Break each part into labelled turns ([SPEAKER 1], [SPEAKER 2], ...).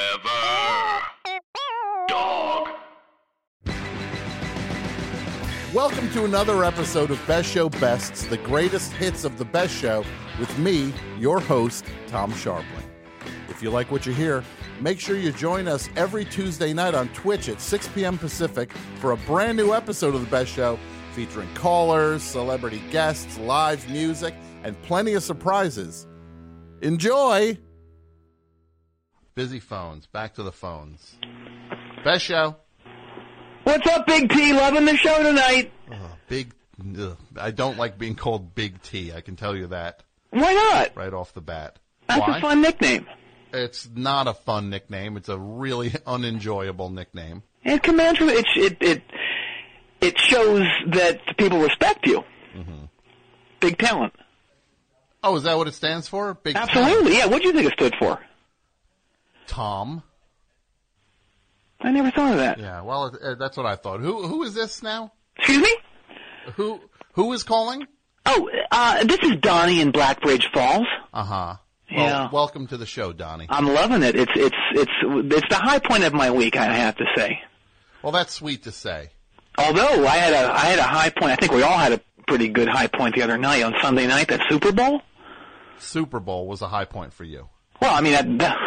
[SPEAKER 1] Forever. Dog.
[SPEAKER 2] Welcome to another episode of Best Show Bests, the greatest hits of the best show, with me, your host, Tom Sharpling. If you like what you hear, make sure you join us every Tuesday night on Twitch at 6 p.m. Pacific for a brand new episode of The Best Show featuring callers, celebrity guests, live music, and plenty of surprises. Enjoy! Busy phones. Back to the phones. Best show.
[SPEAKER 3] What's up, Big P? Loving the show tonight.
[SPEAKER 2] Ugh, Uh-huh. big. Ugh, I don't like being called Big T. I can tell you that
[SPEAKER 3] Why not?
[SPEAKER 2] right off the bat.
[SPEAKER 3] That's
[SPEAKER 2] Why?
[SPEAKER 3] a fun nickname.
[SPEAKER 2] It's not a fun nickname. It's a really unenjoyable nickname.
[SPEAKER 3] It commands it. It it it shows that people respect you.
[SPEAKER 2] Mm-hmm.
[SPEAKER 3] Big talent.
[SPEAKER 2] Oh, is that what it stands for? Big T?
[SPEAKER 3] Absolutely. Yeah. What do you think it stood for?
[SPEAKER 2] Tom.
[SPEAKER 3] I never thought of that.
[SPEAKER 2] Yeah. Well, it, it, that's what I thought. Who who is this now?
[SPEAKER 3] Excuse me.
[SPEAKER 2] Who who is calling?
[SPEAKER 3] Oh, uh, this is Donnie in Blackbridge Falls.
[SPEAKER 2] Uh huh. Well,
[SPEAKER 3] Yeah.
[SPEAKER 2] Welcome to the show, Donnie.
[SPEAKER 3] I'm loving it. It's it's it's it's the high point of my week. I have to say.
[SPEAKER 2] Well, that's sweet to say.
[SPEAKER 3] Although I had a I had a high point. I think we all had a pretty good high point the other night on Sunday night. That Super Bowl.
[SPEAKER 2] Super Bowl was a high point for you.
[SPEAKER 3] Well, I mean that that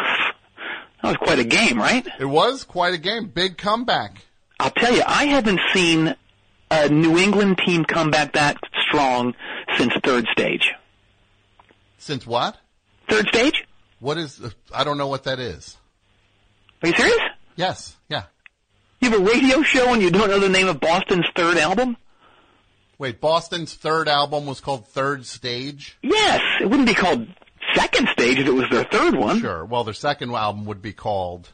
[SPEAKER 3] was quite a game, right?
[SPEAKER 2] It was quite a game. Big comeback.
[SPEAKER 3] I'll tell you, I haven't seen a New England team come back that strong since third stage.
[SPEAKER 2] Since what?
[SPEAKER 3] Third stage?
[SPEAKER 2] What is? I don't know what that is.
[SPEAKER 3] Are you serious?
[SPEAKER 2] Yes. Yeah.
[SPEAKER 3] You have a radio show and you don't know the name of Boston's third album?
[SPEAKER 2] Wait, Boston's third album was called Third Stage?
[SPEAKER 3] Yes, it wouldn't be called second stage if it was their third one.
[SPEAKER 2] Sure. Well, their second album would be called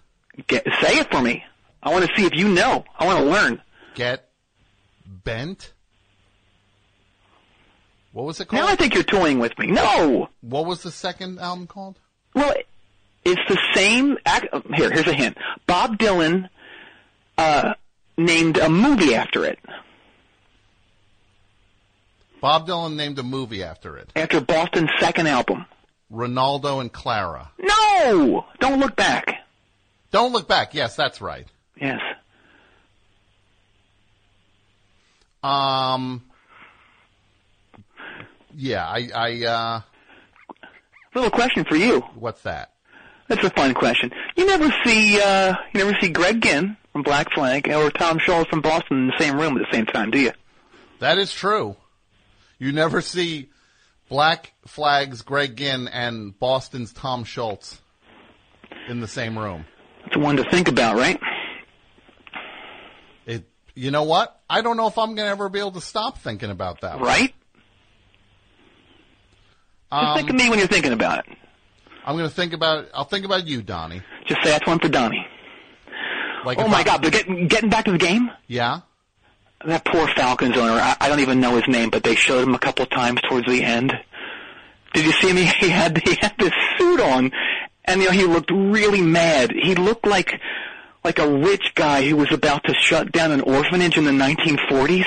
[SPEAKER 3] Get, say it for me. I want to see if you know. I want to learn.
[SPEAKER 2] Get Bent? What was it
[SPEAKER 3] Now
[SPEAKER 2] called?
[SPEAKER 3] I think you're toying with me. No.
[SPEAKER 2] what was the second album called?
[SPEAKER 3] Well, it's the same. Ac- here, here's a hint. Bob Dylan uh, named a movie after it,
[SPEAKER 2] Bob Dylan named a movie after it.
[SPEAKER 3] after Boston's second album.
[SPEAKER 2] Ronaldo and Clara.
[SPEAKER 3] No! Don't look back.
[SPEAKER 2] Don't look back. Yes, that's right.
[SPEAKER 3] Yes.
[SPEAKER 2] Um Yeah, I I uh
[SPEAKER 3] Little question for you.
[SPEAKER 2] what's that?
[SPEAKER 3] That's a fun question. You never see uh, you never see Greg Ginn from Black Flag or Tom Shaw from Boston in the same room at the same time, do you?
[SPEAKER 2] That is true. You never see Black Flag's Greg Ginn and Boston's Tom Schultz in the same room.
[SPEAKER 3] It's one to think about, right?
[SPEAKER 2] It, you know what? I don't know if I'm going to ever be able to stop thinking about that. one.
[SPEAKER 3] Right? Just think of me when you're thinking about it.
[SPEAKER 2] Um, I'm going to think about. I'll think about you, Donnie.
[SPEAKER 3] Just say that's one for Donnie.
[SPEAKER 2] Like,
[SPEAKER 3] Oh
[SPEAKER 2] if
[SPEAKER 3] my
[SPEAKER 2] I-
[SPEAKER 3] God! But getting getting back to the game,
[SPEAKER 2] Yeah.
[SPEAKER 3] that poor Falcons owner. I, I don't even know his name, but they showed him a couple of times towards the end. Did you see him? He had he had this suit on, and you know he looked really mad. He looked like like a rich guy who was about to shut down an orphanage in the 1940s.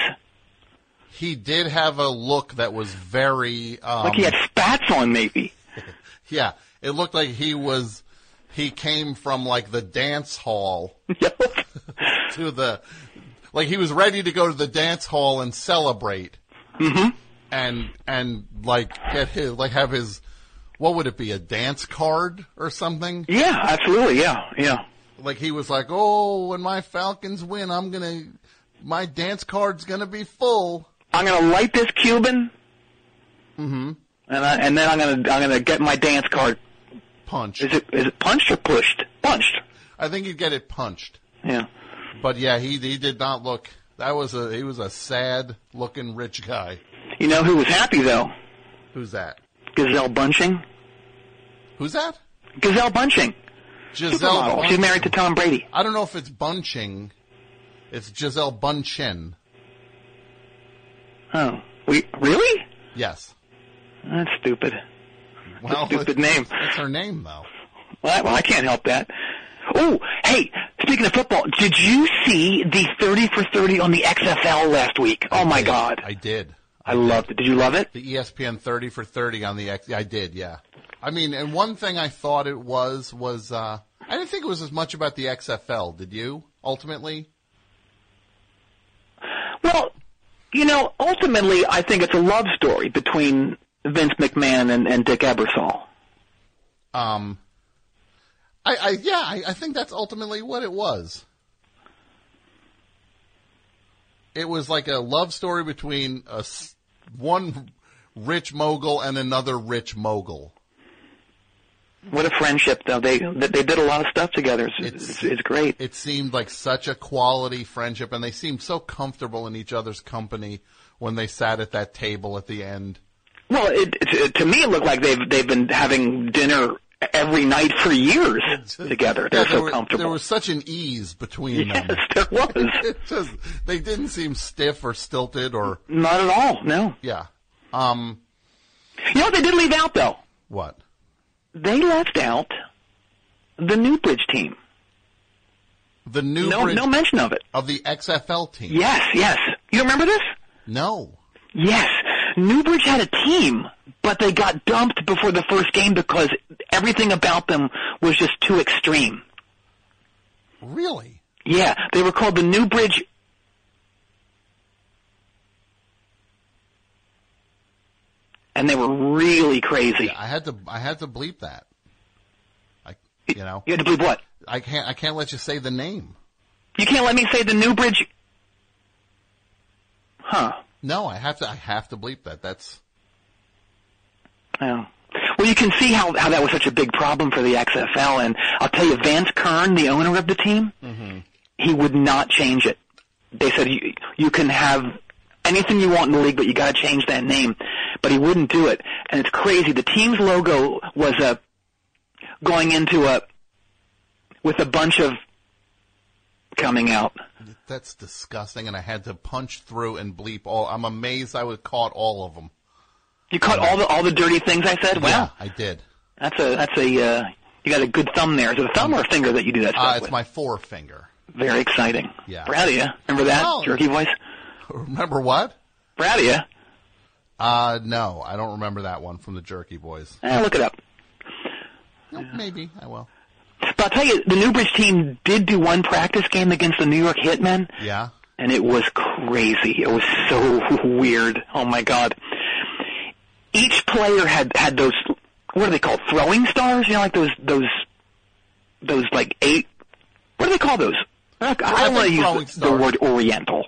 [SPEAKER 2] He did have a look that was very. Um,
[SPEAKER 3] Like he had spats on, maybe.
[SPEAKER 2] yeah. It looked like he was. He came from like the dance hall
[SPEAKER 3] Yep.
[SPEAKER 2] to the, like he was ready to go to the dance hall and celebrate.
[SPEAKER 3] Mm-hmm.
[SPEAKER 2] And and like get his like have his, what would it be a dance card or something?
[SPEAKER 3] yeah, absolutely. Yeah, yeah.
[SPEAKER 2] like he was like, "Oh, when my Falcons win, I'm gonna, my dance card's gonna be full."
[SPEAKER 3] I'm gonna light this Cuban. Mm-hmm. And I, and then I'm gonna I'm gonna get my dance card.
[SPEAKER 2] Punch.
[SPEAKER 3] Is it is it punched or pushed? Punched.
[SPEAKER 2] I think he'd get it punched.
[SPEAKER 3] Yeah.
[SPEAKER 2] But yeah, he he did not look. That was a he was a sad looking rich guy.
[SPEAKER 3] You know who was happy though?
[SPEAKER 2] Who's that?
[SPEAKER 3] Gazelle Bunching.
[SPEAKER 2] Who's that?
[SPEAKER 3] Gazelle Bunching.
[SPEAKER 2] Giselle.
[SPEAKER 3] Supermodel. She's married to
[SPEAKER 2] Bundchen.
[SPEAKER 3] Tom Brady.
[SPEAKER 2] I don't know if it's bunching. It's Giselle Bunchin.
[SPEAKER 3] Oh, we really?
[SPEAKER 2] Yes.
[SPEAKER 3] That's stupid.
[SPEAKER 2] Well,
[SPEAKER 3] stupid
[SPEAKER 2] it's-
[SPEAKER 3] name.
[SPEAKER 2] It's her name though.
[SPEAKER 3] Well, I, well, I can't help that. Oh, hey, speaking of football, did you see the 30 for 30 on the XFL last week? Oh my
[SPEAKER 2] Did.
[SPEAKER 3] God.
[SPEAKER 2] I did.
[SPEAKER 3] I loved it. Did you love it?
[SPEAKER 2] the E ESPN 30 for 30 on the X. I did, yeah. I mean, and one thing I thought it was was uh, I didn't think it was as much about the XFL. Did you? Ultimately,
[SPEAKER 3] Well, you know, ultimately, I think it's a love story between Vince McMahon and, and Dick Ebersol.
[SPEAKER 2] um, I, I yeah, I, I think that's ultimately what it was. It was like a love story between a s- one rich mogul and another rich mogul.
[SPEAKER 3] What a friendship, though. They they did a lot of stuff together. It's,
[SPEAKER 2] It's-
[SPEAKER 3] it's, it's great.
[SPEAKER 2] it seemed like such a quality friendship and they seemed so comfortable in each other's company when they sat at that table at the end.
[SPEAKER 3] Well, it, it, to me, it looked like they've they've been having dinner every night for years together. They're
[SPEAKER 2] Yeah,
[SPEAKER 3] so
[SPEAKER 2] there, were-
[SPEAKER 3] comfortable.
[SPEAKER 2] there was such an ease between
[SPEAKER 3] yes,
[SPEAKER 2] them.
[SPEAKER 3] there was.
[SPEAKER 2] It just they didn't seem stiff or stilted or
[SPEAKER 3] Not at all. No.
[SPEAKER 2] yeah. Um
[SPEAKER 3] You know what they did leave out though?
[SPEAKER 2] what?
[SPEAKER 3] They left out the Newbridge team.
[SPEAKER 2] The new
[SPEAKER 3] No,
[SPEAKER 2] bridge
[SPEAKER 3] no mention of it.
[SPEAKER 2] of the XFL team.
[SPEAKER 3] Yes, yes. You remember this?
[SPEAKER 2] No.
[SPEAKER 3] Yes. Newbridge had a team, but they got dumped before the first game because everything about them was just too extreme.
[SPEAKER 2] Really?
[SPEAKER 3] Yeah, they were called the Newbridge. And they were really crazy.
[SPEAKER 2] I had to I had to bleep that. I you know.
[SPEAKER 3] You had to believe what?
[SPEAKER 2] I can't I can't let you say the name.
[SPEAKER 3] You can't let me say the Newbridge. Huh.
[SPEAKER 2] No, I have to I have to bleep that. That's
[SPEAKER 3] Yeah. Well, you can see how, how that was such a big problem for the XFL. And I'll tell you, Vance Kern, the owner of the team,
[SPEAKER 2] Mm-hmm.
[SPEAKER 3] he would not change it. They said, you, you can have anything you want in the league, but you got to change that name. But he wouldn't do it. And it's crazy. The team's logo was a going into a with a bunch of coming out.
[SPEAKER 2] That's disgusting, and I had to punch through and bleep all. I'm amazed I would caught all of them.
[SPEAKER 3] You caught all the all the dirty things I said. Wow,
[SPEAKER 2] I did.
[SPEAKER 3] that's a that's a uh, you got a good thumb there. Is it a thumb or a finger that you do that stuff
[SPEAKER 2] Uh,
[SPEAKER 3] with?
[SPEAKER 2] it's my forefinger.
[SPEAKER 3] Very exciting.
[SPEAKER 2] Yeah.
[SPEAKER 3] Proud of you. Remember that?
[SPEAKER 2] Oh.
[SPEAKER 3] Jerky voice?
[SPEAKER 2] Remember what?
[SPEAKER 3] Proud of you.
[SPEAKER 2] Uh, no, I don't remember that one from the Jerky Boys.
[SPEAKER 3] Eh, look it up.
[SPEAKER 2] No, maybe I will.
[SPEAKER 3] But I'll tell you, the Newbridge team did do one practice game against the New York Hitmen,
[SPEAKER 2] Yeah.
[SPEAKER 3] and it was crazy. It was so weird. Oh my god. Each player had, had those, what are they called? Throwing stars? You know, like those, those, those like eight, what do they call those? I don't want
[SPEAKER 2] think
[SPEAKER 3] to
[SPEAKER 2] throwing
[SPEAKER 3] use the
[SPEAKER 2] stars.
[SPEAKER 3] word oriental.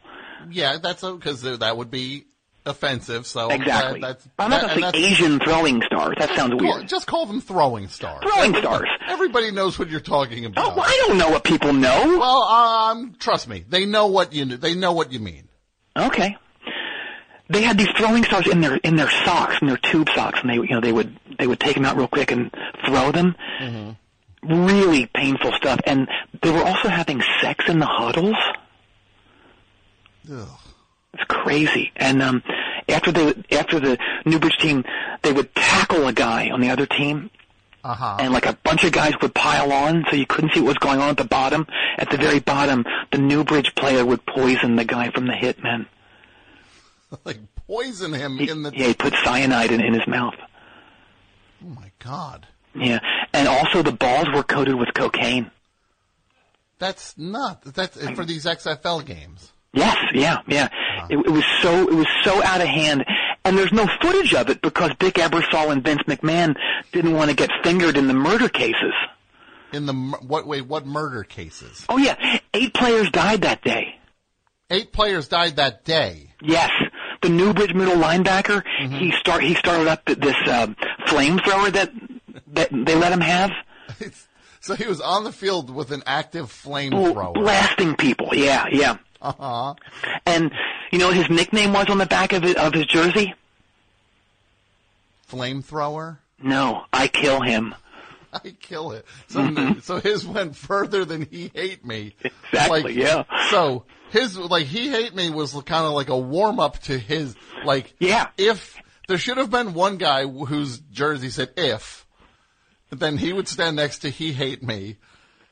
[SPEAKER 2] Yeah, that's because that would be offensive. So I'm glad
[SPEAKER 3] Exactly.
[SPEAKER 2] that's,
[SPEAKER 3] I'm not
[SPEAKER 2] that-
[SPEAKER 3] going to
[SPEAKER 2] and
[SPEAKER 3] say
[SPEAKER 2] that's-
[SPEAKER 3] Asian throwing stars. That sounds
[SPEAKER 2] Well,
[SPEAKER 3] weird.
[SPEAKER 2] just call them throwing stars.
[SPEAKER 3] Throwing stars.
[SPEAKER 2] Everybody knows what you're talking
[SPEAKER 3] Oh,
[SPEAKER 2] about.
[SPEAKER 3] well, I don't know what people know.
[SPEAKER 2] Well, um, trust me, they know what you they know what you mean.
[SPEAKER 3] Okay. They had these throwing stars in their in their socks, in their tube socks, and they you know they would they would take them out real quick and throw them. Really painful stuff. And they were also having sex in the huddles.
[SPEAKER 2] Ugh.
[SPEAKER 3] It's crazy. And um, after the after the Newbridge team, they would tackle a guy on the other team,
[SPEAKER 2] Uh huh.
[SPEAKER 3] and like a bunch of guys would pile on so you couldn't see what was going on at the bottom. At the very bottom, the Newbridge player would poison the guy from the Hitmen.
[SPEAKER 2] like poison him
[SPEAKER 3] He-
[SPEAKER 2] in the.
[SPEAKER 3] yeah, he put cyanide in, in his mouth.
[SPEAKER 2] Oh my god,
[SPEAKER 3] Yeah, and also the balls were coated with cocaine.
[SPEAKER 2] that's not that's for these XFL games.
[SPEAKER 3] Yes, yeah, yeah. It, it was so it was so out of hand, and there's no footage of it because Dick Ebersol and Vince McMahon didn't want to get fingered in the murder cases.
[SPEAKER 2] In the mur- what wait what murder cases?
[SPEAKER 3] Oh yeah, eight players died that day.
[SPEAKER 2] Eight players died that day.
[SPEAKER 3] Yes, the Newbridge middle linebacker.
[SPEAKER 2] Mm-hmm.
[SPEAKER 3] He start he started up th- this um, flamethrower that that they let him have.
[SPEAKER 2] It's, so he was on the field with an active
[SPEAKER 3] Well,
[SPEAKER 2] flamethrower.
[SPEAKER 3] blasting people. Yeah, yeah.
[SPEAKER 2] Uh huh.
[SPEAKER 3] And you know what his nickname was on the back of it, of his jersey?
[SPEAKER 2] Flamethrower.
[SPEAKER 3] No, I kill him.
[SPEAKER 2] I kill it. So,
[SPEAKER 3] Mm-hmm.
[SPEAKER 2] so his went further than he hate me.
[SPEAKER 3] Exactly,
[SPEAKER 2] Like,
[SPEAKER 3] yeah.
[SPEAKER 2] So his like he hate me was kind of like a warm up to his like
[SPEAKER 3] Yeah.
[SPEAKER 2] If there should have been one guy whose jersey said if, then he would stand next to he hate me,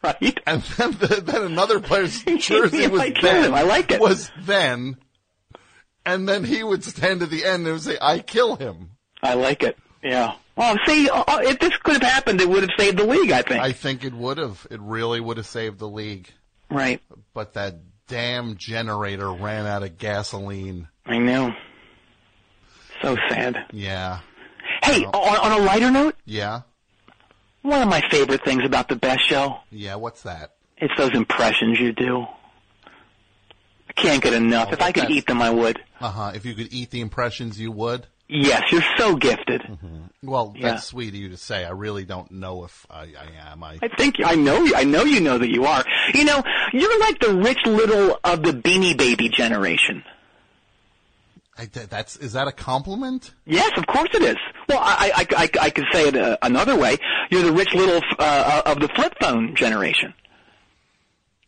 [SPEAKER 3] Right?
[SPEAKER 2] and then the, then another player's jersey
[SPEAKER 3] Yeah,
[SPEAKER 2] was
[SPEAKER 3] I killed
[SPEAKER 2] then
[SPEAKER 3] him. I like it.
[SPEAKER 2] was then, and then he would stand at the end and would say I kill him.
[SPEAKER 3] I like it. Yeah. Well, see, uh, uh, if this could have happened, it would have saved the league, I think.
[SPEAKER 2] I think it would have. It really would have saved the league.
[SPEAKER 3] right.
[SPEAKER 2] But that damn generator ran out of gasoline.
[SPEAKER 3] I know. So sad.
[SPEAKER 2] Yeah.
[SPEAKER 3] Hey, on, on a lighter note,
[SPEAKER 2] Yeah.
[SPEAKER 3] one of my favorite things about the best show,
[SPEAKER 2] Yeah. What's that?
[SPEAKER 3] it's those impressions you do. I can't get enough. If I could
[SPEAKER 2] okay.
[SPEAKER 3] eat them, I would.
[SPEAKER 2] Uh huh. If you could eat the impressions, you would.
[SPEAKER 3] Yes, you're so gifted.
[SPEAKER 2] Well, that's
[SPEAKER 3] Yeah.
[SPEAKER 2] sweet of you to say. I really don't know if I, I am. I
[SPEAKER 3] I think I know. you- I know you know that you are. You know, you're like the rich little of the Beanie Baby generation.
[SPEAKER 2] I, th- that's is that a compliment?
[SPEAKER 3] Yes, of course it is. Well, I I, I, I could say it uh, another way. You're the rich little uh, of the flip phone generation.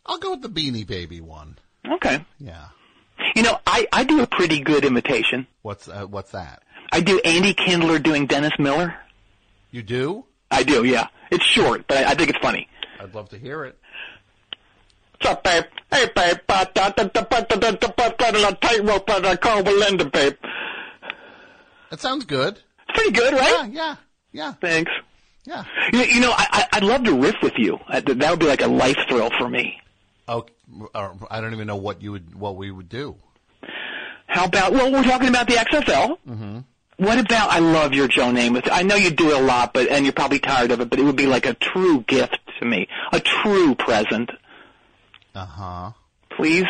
[SPEAKER 2] I'll go with the Beanie Baby one.
[SPEAKER 3] Okay.
[SPEAKER 2] Yeah.
[SPEAKER 3] You know, I I do a pretty good imitation.
[SPEAKER 2] What's uh, what's that?
[SPEAKER 3] I do Andy Kindler doing Dennis Miller.
[SPEAKER 2] You do?
[SPEAKER 3] I do, yeah. It's short, but I, I think it's funny.
[SPEAKER 2] I'd love to hear it.
[SPEAKER 3] What's up, babe? Hey, babe. Uh, da- da- da- da- da- da- da- da- da- da- da- Tightrope on the Carl Belinda, babe.
[SPEAKER 2] That sounds good.
[SPEAKER 3] It's pretty good,
[SPEAKER 2] Yeah,
[SPEAKER 3] right?
[SPEAKER 2] yeah, yeah,
[SPEAKER 3] Thanks.
[SPEAKER 2] yeah.
[SPEAKER 3] You, you know, I, I- I'd love to riff with you. I, that would be like a life thrill for me.
[SPEAKER 2] Oh, uh, I don't even know what you would what we would do.
[SPEAKER 3] How about, well, we're talking about the XFL. Mm-hmm. What about, I love your Joe Namath. I know you do it a lot, but, and you're probably tired of it, but it would be like a true gift to me. A true present.
[SPEAKER 2] Uh huh.
[SPEAKER 3] Please?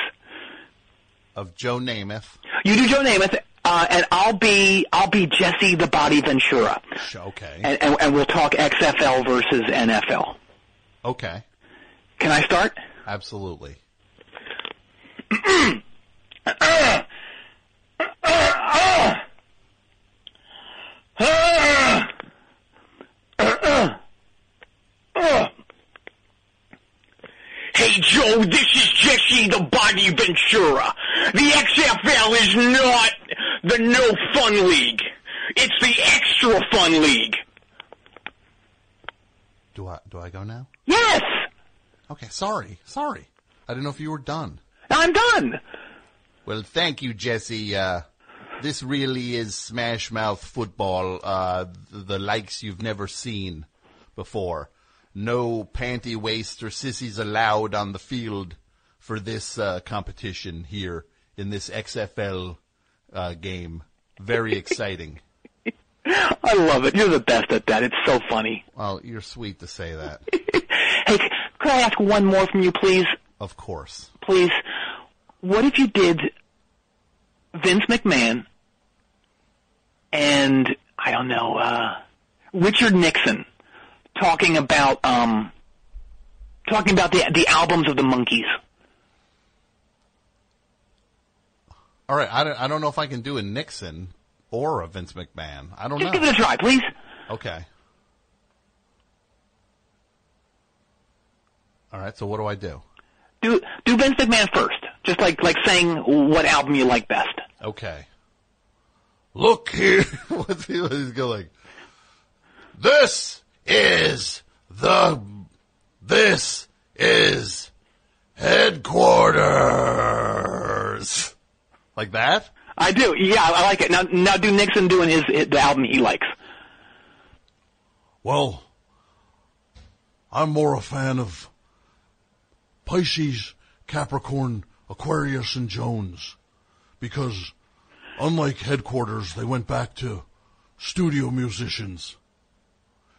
[SPEAKER 2] Of Joe Namath.
[SPEAKER 3] You do Joe Namath, uh, and I'll be, I'll be Jesse the Body Ventura.
[SPEAKER 2] Sh- Okay.
[SPEAKER 3] And, and, and we'll talk XFL versus NFL.
[SPEAKER 2] Okay.
[SPEAKER 3] Can I start?
[SPEAKER 2] Absolutely.
[SPEAKER 3] Hey Joe, this is Jesse the Body Ventura. The XFL is not the no fun league. It's the extra fun league.
[SPEAKER 2] Do I do I go now?
[SPEAKER 3] Yes!
[SPEAKER 2] Okay. Sorry. Sorry. I didn't know if you were done.
[SPEAKER 3] I'm done.
[SPEAKER 2] Well, thank you, Jesse. Uh, this really is Smash Mouth football, uh, th- the likes you've never seen before. No panty waist or sissies allowed on the field for this uh, competition here in this XFL uh, game. Very exciting.
[SPEAKER 3] I love it. You're the best at that. It's so funny.
[SPEAKER 2] Well, you're sweet to say that,
[SPEAKER 3] Hey, c- could I ask one more from you, please?
[SPEAKER 2] of course.
[SPEAKER 3] Please. What if you did Vince McMahon and, I don't know, uh, Richard Nixon talking about, um, talking about the, the albums of the monkeys?
[SPEAKER 2] All right, I don't, I don't know if I can do a Nixon or a Vince McMahon. I don't
[SPEAKER 3] Just
[SPEAKER 2] know.
[SPEAKER 3] give it a try, please.
[SPEAKER 2] Okay. All right, so what do I do?
[SPEAKER 3] Do, do Vince McMahon first. Just like, like saying what album you like best.
[SPEAKER 2] Okay. Look here. What's he, he's going? This is the, this is headquarters. Like that?
[SPEAKER 3] I do. Yeah, I I like it. Now, now do Nixon doing his, the album he likes.
[SPEAKER 2] Well, I'm more a fan of Pisces, Capricorn, Aquarius, and Jones because unlike headquarters, they went back to studio musicians.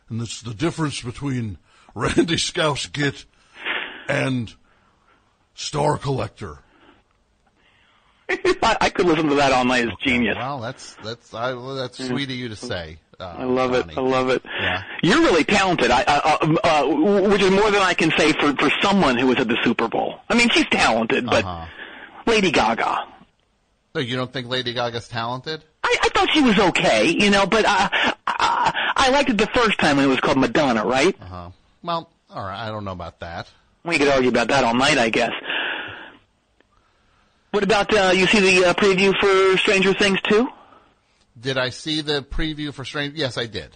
[SPEAKER 2] And it's the difference between Randy Scouse Git and Star Collector.
[SPEAKER 3] I, I could listen to that all night. It's genius.
[SPEAKER 2] Well, that's that's I, that's sweet of you to say. Uh,
[SPEAKER 3] I love it. I love it.
[SPEAKER 2] Yeah.
[SPEAKER 3] You're really talented. I, I- uh, uh, w- which is more than I can say for for someone who was at the Super Bowl. I mean, she's talented, but
[SPEAKER 2] Uh-huh.
[SPEAKER 3] Lady Gaga.
[SPEAKER 2] So you don't think Lady Gaga's talented?
[SPEAKER 3] I, I thought she was okay, you know, but uh, I, I liked it the first time when it was called Madonna, right?
[SPEAKER 2] Uh, well, all right. I don't know about that.
[SPEAKER 3] We could argue about that all night, I guess. What about uh, you see the uh, preview for Stranger Things two?
[SPEAKER 2] Did I see the preview for Strange? Yes, I did.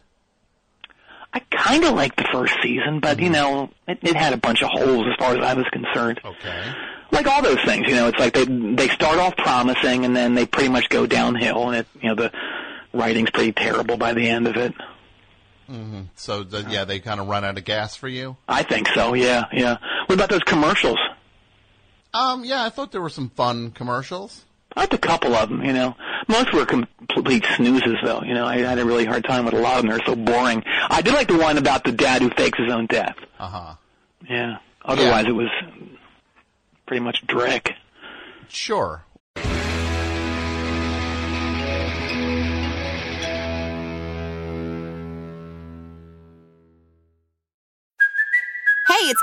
[SPEAKER 3] I kind of liked the first season, but
[SPEAKER 2] Mm-hmm.
[SPEAKER 3] you know, it, it had a bunch of holes as far as I was concerned.
[SPEAKER 2] Okay.
[SPEAKER 3] like all those things, you know, it's like they they start off promising and then they pretty much go downhill, and it, you know the writing's pretty terrible by the end of it.
[SPEAKER 2] So the, yeah, they kind of run out of gas for you.
[SPEAKER 3] I think so. Yeah, yeah. What about those commercials?
[SPEAKER 2] Um, yeah, I thought there were some fun commercials.
[SPEAKER 3] I liked a couple of them, you know. Most were complete snoozes, though. You know, I had a really hard time with a lot of them. They're so boring. I did like the one about the dad who fakes his own death.
[SPEAKER 2] Uh huh.
[SPEAKER 3] Yeah. Otherwise, it was pretty much dreck.
[SPEAKER 2] Sure.
[SPEAKER 4] Hey, it's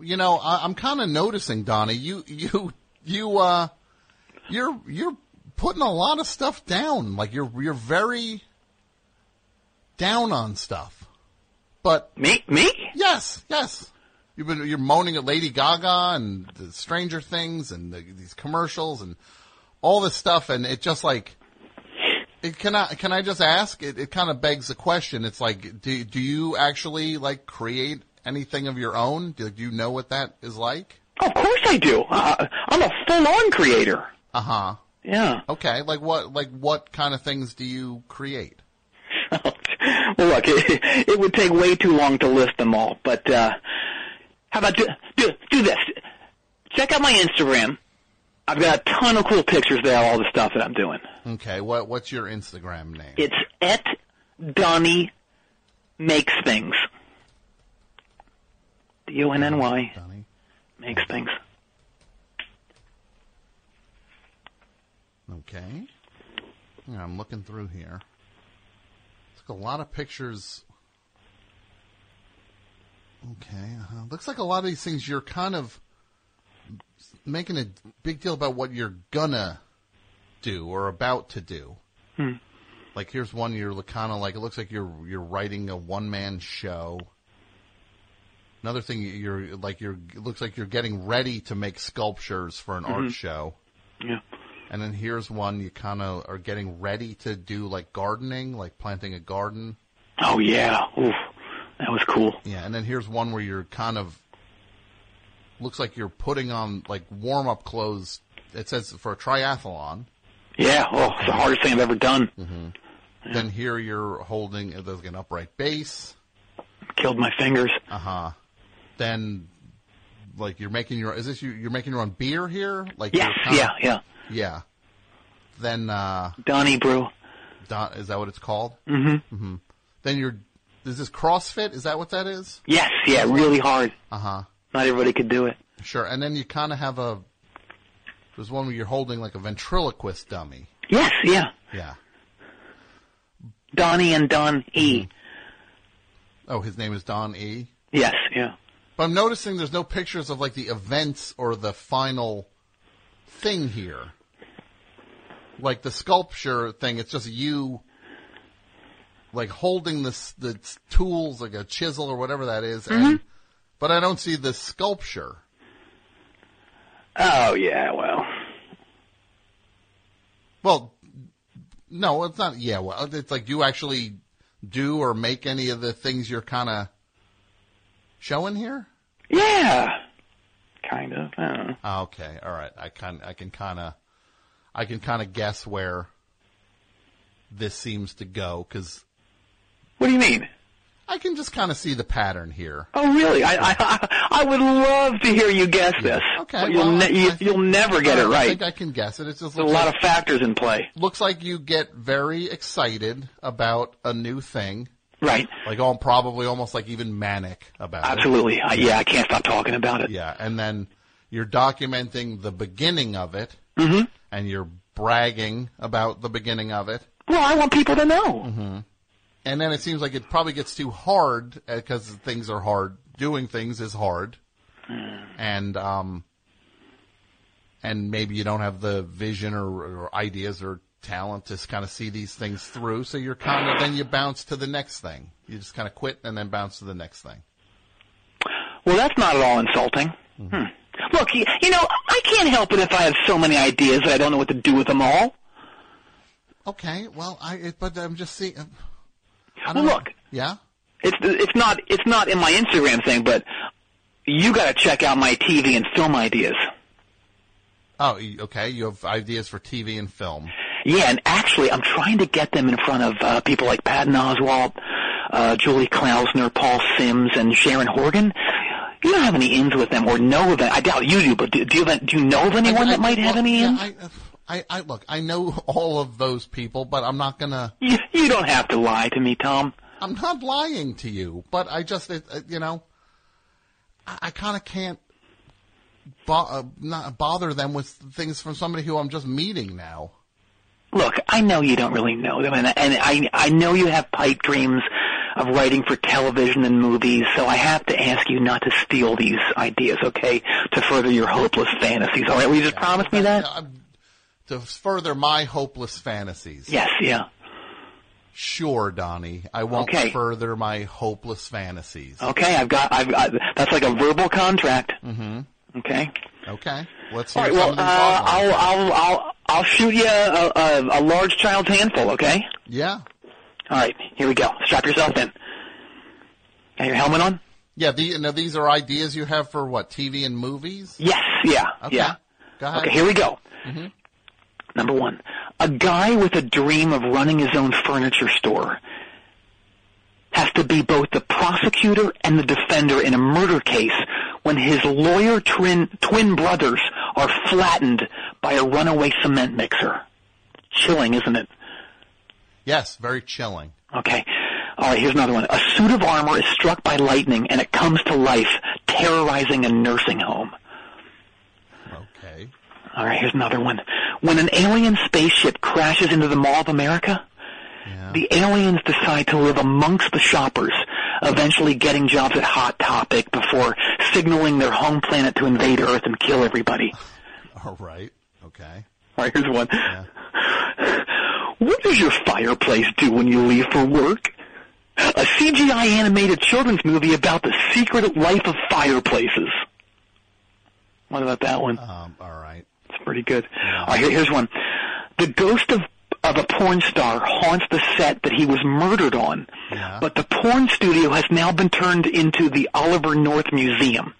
[SPEAKER 2] You know, I, I'm kind of noticing, Donna. You you you uh, you're you're putting a lot of stuff down. Like you're you're very down on stuff. But
[SPEAKER 3] Me? Me?
[SPEAKER 2] yes, yes, you've been you're moaning at Lady Gaga and the Stranger Things and the, these commercials and all this stuff, and it just like. It can I can I just ask? It, it kind of begs the question. It's like, do do you actually like create anything of your own? Do, do you know what that is like?
[SPEAKER 3] Of course I do. Uh, I'm a full-on creator.
[SPEAKER 2] Uh huh.
[SPEAKER 3] Yeah.
[SPEAKER 2] Okay. Like what like what kind of things do you create?
[SPEAKER 3] well, look, it, it would take way too long to list them all, but uh, how about do, do do this? Check out my Instagram. I've got a ton of cool pictures there of all the stuff that I'm doing.
[SPEAKER 2] Okay. What what's your Instagram name?
[SPEAKER 3] It's at Donny Makes Things. D O N N Y
[SPEAKER 2] Donnie.
[SPEAKER 3] Makes Things.
[SPEAKER 2] Okay. Yeah, I'm looking through here. It's like a lot of pictures. Okay. Uh, looks like a lot of these things you're kind of making a big deal about what you're gonna do or about to do. Like here's one you're kind of like it looks like you're you're writing a one man show. Another thing you're like you're it looks like you're getting ready to make sculptures for an art show.
[SPEAKER 3] Yeah.
[SPEAKER 2] And then here's one you kind of are getting ready to do like gardening, like planting a garden.
[SPEAKER 3] Oh yeah. Oof. That was cool.
[SPEAKER 2] Yeah. And then here's one where you're kind of looks like you're putting on like warm up clothes. It says for a triathlon.
[SPEAKER 3] Yeah. Oh, it's the hardest thing I've ever done.
[SPEAKER 2] Then here you're holding there's like an upright bass.
[SPEAKER 3] Killed my fingers.
[SPEAKER 2] Uh huh. Then like you're making your is this you you're making your own beer here? Like
[SPEAKER 3] yes.
[SPEAKER 2] you're
[SPEAKER 3] Yeah.
[SPEAKER 2] kinda-
[SPEAKER 3] Yeah.
[SPEAKER 2] yeah. Then uh
[SPEAKER 3] Donny Brew.
[SPEAKER 2] Don, is that what it's called? Mm-hmm. Then you're is this CrossFit? Is that what that is?
[SPEAKER 3] Yes. Yeah. Really hard.
[SPEAKER 2] Uh huh.
[SPEAKER 3] Not everybody could do it.
[SPEAKER 2] Sure. And then you kind of have a there's one where you're holding like a ventriloquist dummy.
[SPEAKER 3] Yes. Yeah.
[SPEAKER 2] Yeah.
[SPEAKER 3] Donnie and Don E.
[SPEAKER 2] Oh, his name is Don E.
[SPEAKER 3] Yes. Yeah.
[SPEAKER 2] But I'm noticing there's no pictures of like the events or the final thing here. Like the sculpture thing, it's just you like holding this the s- tools like a chisel or whatever that is, and but I don't see the sculpture.
[SPEAKER 3] Oh yeah. Well.
[SPEAKER 2] Well, no, it's not. Yeah, well, it's like you actually do or make any of the things you're kind of showing here.
[SPEAKER 3] Yeah. Kind of. I don't know.
[SPEAKER 2] Ah, Okay, all right. I can I can kind of I can kind of guess where this seems to go because
[SPEAKER 3] What do you mean?
[SPEAKER 2] I can just kind of see the pattern here.
[SPEAKER 3] Oh really? I I- I I would love to hear you guess this.
[SPEAKER 2] Okay,
[SPEAKER 3] But you'll
[SPEAKER 2] well, I-
[SPEAKER 3] ne- you,
[SPEAKER 2] I think-
[SPEAKER 3] you'll never get
[SPEAKER 2] I
[SPEAKER 3] it
[SPEAKER 2] don't
[SPEAKER 3] right.
[SPEAKER 2] think I can guess it. It's just
[SPEAKER 3] There's a lot of factors in play.
[SPEAKER 2] looks like you get very excited about a new thing,
[SPEAKER 3] Right.
[SPEAKER 2] like all probably almost like even manic about it.
[SPEAKER 3] Absolutely. I, yeah. I can't stop talking about it.
[SPEAKER 2] Yeah, and then you're documenting the beginning of it,
[SPEAKER 3] Mm-hmm.
[SPEAKER 2] and you're bragging about the beginning of it,
[SPEAKER 3] Well, I want people to know.
[SPEAKER 2] and then it seems like it probably gets too eh,
[SPEAKER 3] Mm.
[SPEAKER 2] hard because things are hard. Doing things is hard, and um, and maybe you don't have the vision or, or ideas or talent to kind of see these things through. So you're kind of then you bounce to the next thing. You just kind of quit and then bounce to the next thing.
[SPEAKER 3] Well, that's not at all insulting. Hmm. Look, you, you know, I can't help it if I have so many ideas that I don't know what to do with them all.
[SPEAKER 2] Okay, well, I it, but I'm just seeing. I
[SPEAKER 3] Well,
[SPEAKER 2] don't know.
[SPEAKER 3] look.
[SPEAKER 2] yeah,
[SPEAKER 3] It's it's not it's not in my Instagram thing, but you got to check out my TV and film ideas.
[SPEAKER 2] Oh, you- okay. You have ideas for TV and film.
[SPEAKER 3] Yeah, and actually, I'm trying to get them in front of uh, people like Patton Oswalt, uh, Julie Klausner, Paul Sims, and Sharon Horgan. You don't have any ins with them or know of them. I doubt you do, but do, do you have, do you know of anyone
[SPEAKER 2] I-
[SPEAKER 3] that might have
[SPEAKER 2] well,
[SPEAKER 3] any
[SPEAKER 2] yeah,
[SPEAKER 3] ins?
[SPEAKER 2] I, I, I look. I know all of those people, but I'm not gonna.
[SPEAKER 3] You, you don't have to lie to me, Tom.
[SPEAKER 2] I'm not lying to you, but I just, it, uh, you know, I, I kind of can't bo- uh, not bother them with things from somebody who I'm just meeting now.
[SPEAKER 3] Look, I know you don't really know them, and, and I I know you have pipe dreams of writing for television and movies. So I have to ask you not to steal these ideas, okay? To further your hopeless fantasies. All right, will you just promise me that?
[SPEAKER 2] I'm, to further my hopeless fantasies.
[SPEAKER 3] Yes, yeah.
[SPEAKER 2] Sure, Donnie. I won't
[SPEAKER 3] Okay. Oh.
[SPEAKER 2] further my hopeless fantasies.
[SPEAKER 3] Okay, I've got I've got, that's like a verbal contract. Mm-hmm. Okay.
[SPEAKER 2] Okay. Let's
[SPEAKER 3] All
[SPEAKER 2] hear
[SPEAKER 3] right.
[SPEAKER 2] some of
[SPEAKER 3] Well,
[SPEAKER 2] these log
[SPEAKER 3] uh,
[SPEAKER 2] lines.
[SPEAKER 3] I'll I'll I'll I'll shoot you a, a, a large child's handful. Okay.
[SPEAKER 2] Yeah.
[SPEAKER 3] All right. Here we go. Strap yourself in. Got your helmet on?
[SPEAKER 2] Yeah, the, now these are ideas you have for what TV and movies.
[SPEAKER 3] Yes. Yeah.
[SPEAKER 2] Okay.
[SPEAKER 3] Yeah.
[SPEAKER 2] Go ahead.
[SPEAKER 3] Okay. Here we go. Number one, a guy with a dream of running his own furniture store has to be both the prosecutor and the defender in a murder case when his lawyer twin, twin brothers are flattened by a runaway cement mixer. Chilling, isn't it?
[SPEAKER 2] Yes, very chilling.
[SPEAKER 3] Okay. All right, here's another one. A suit of armor is struck by lightning and it comes to life, terrorizing a nursing home.
[SPEAKER 2] Okay.
[SPEAKER 3] All right, here's another one. When an alien spaceship crashes into the Mall of America, the aliens decide to live amongst the shoppers, eventually getting jobs at Hot Topic before signaling their home planet to invade Earth and kill everybody.
[SPEAKER 2] All right. Okay.
[SPEAKER 3] All right, here's one. What does your fireplace do when you leave for work? A CGI animated children's movie about the secret life of fireplaces. What about that one?
[SPEAKER 2] Um, all right.
[SPEAKER 3] It's pretty good. All right, here- here's one. The ghost of of a porn star haunts the set that he was murdered on,
[SPEAKER 2] Yeah.
[SPEAKER 3] but the porn studio has now been turned into the Oliver North Museum,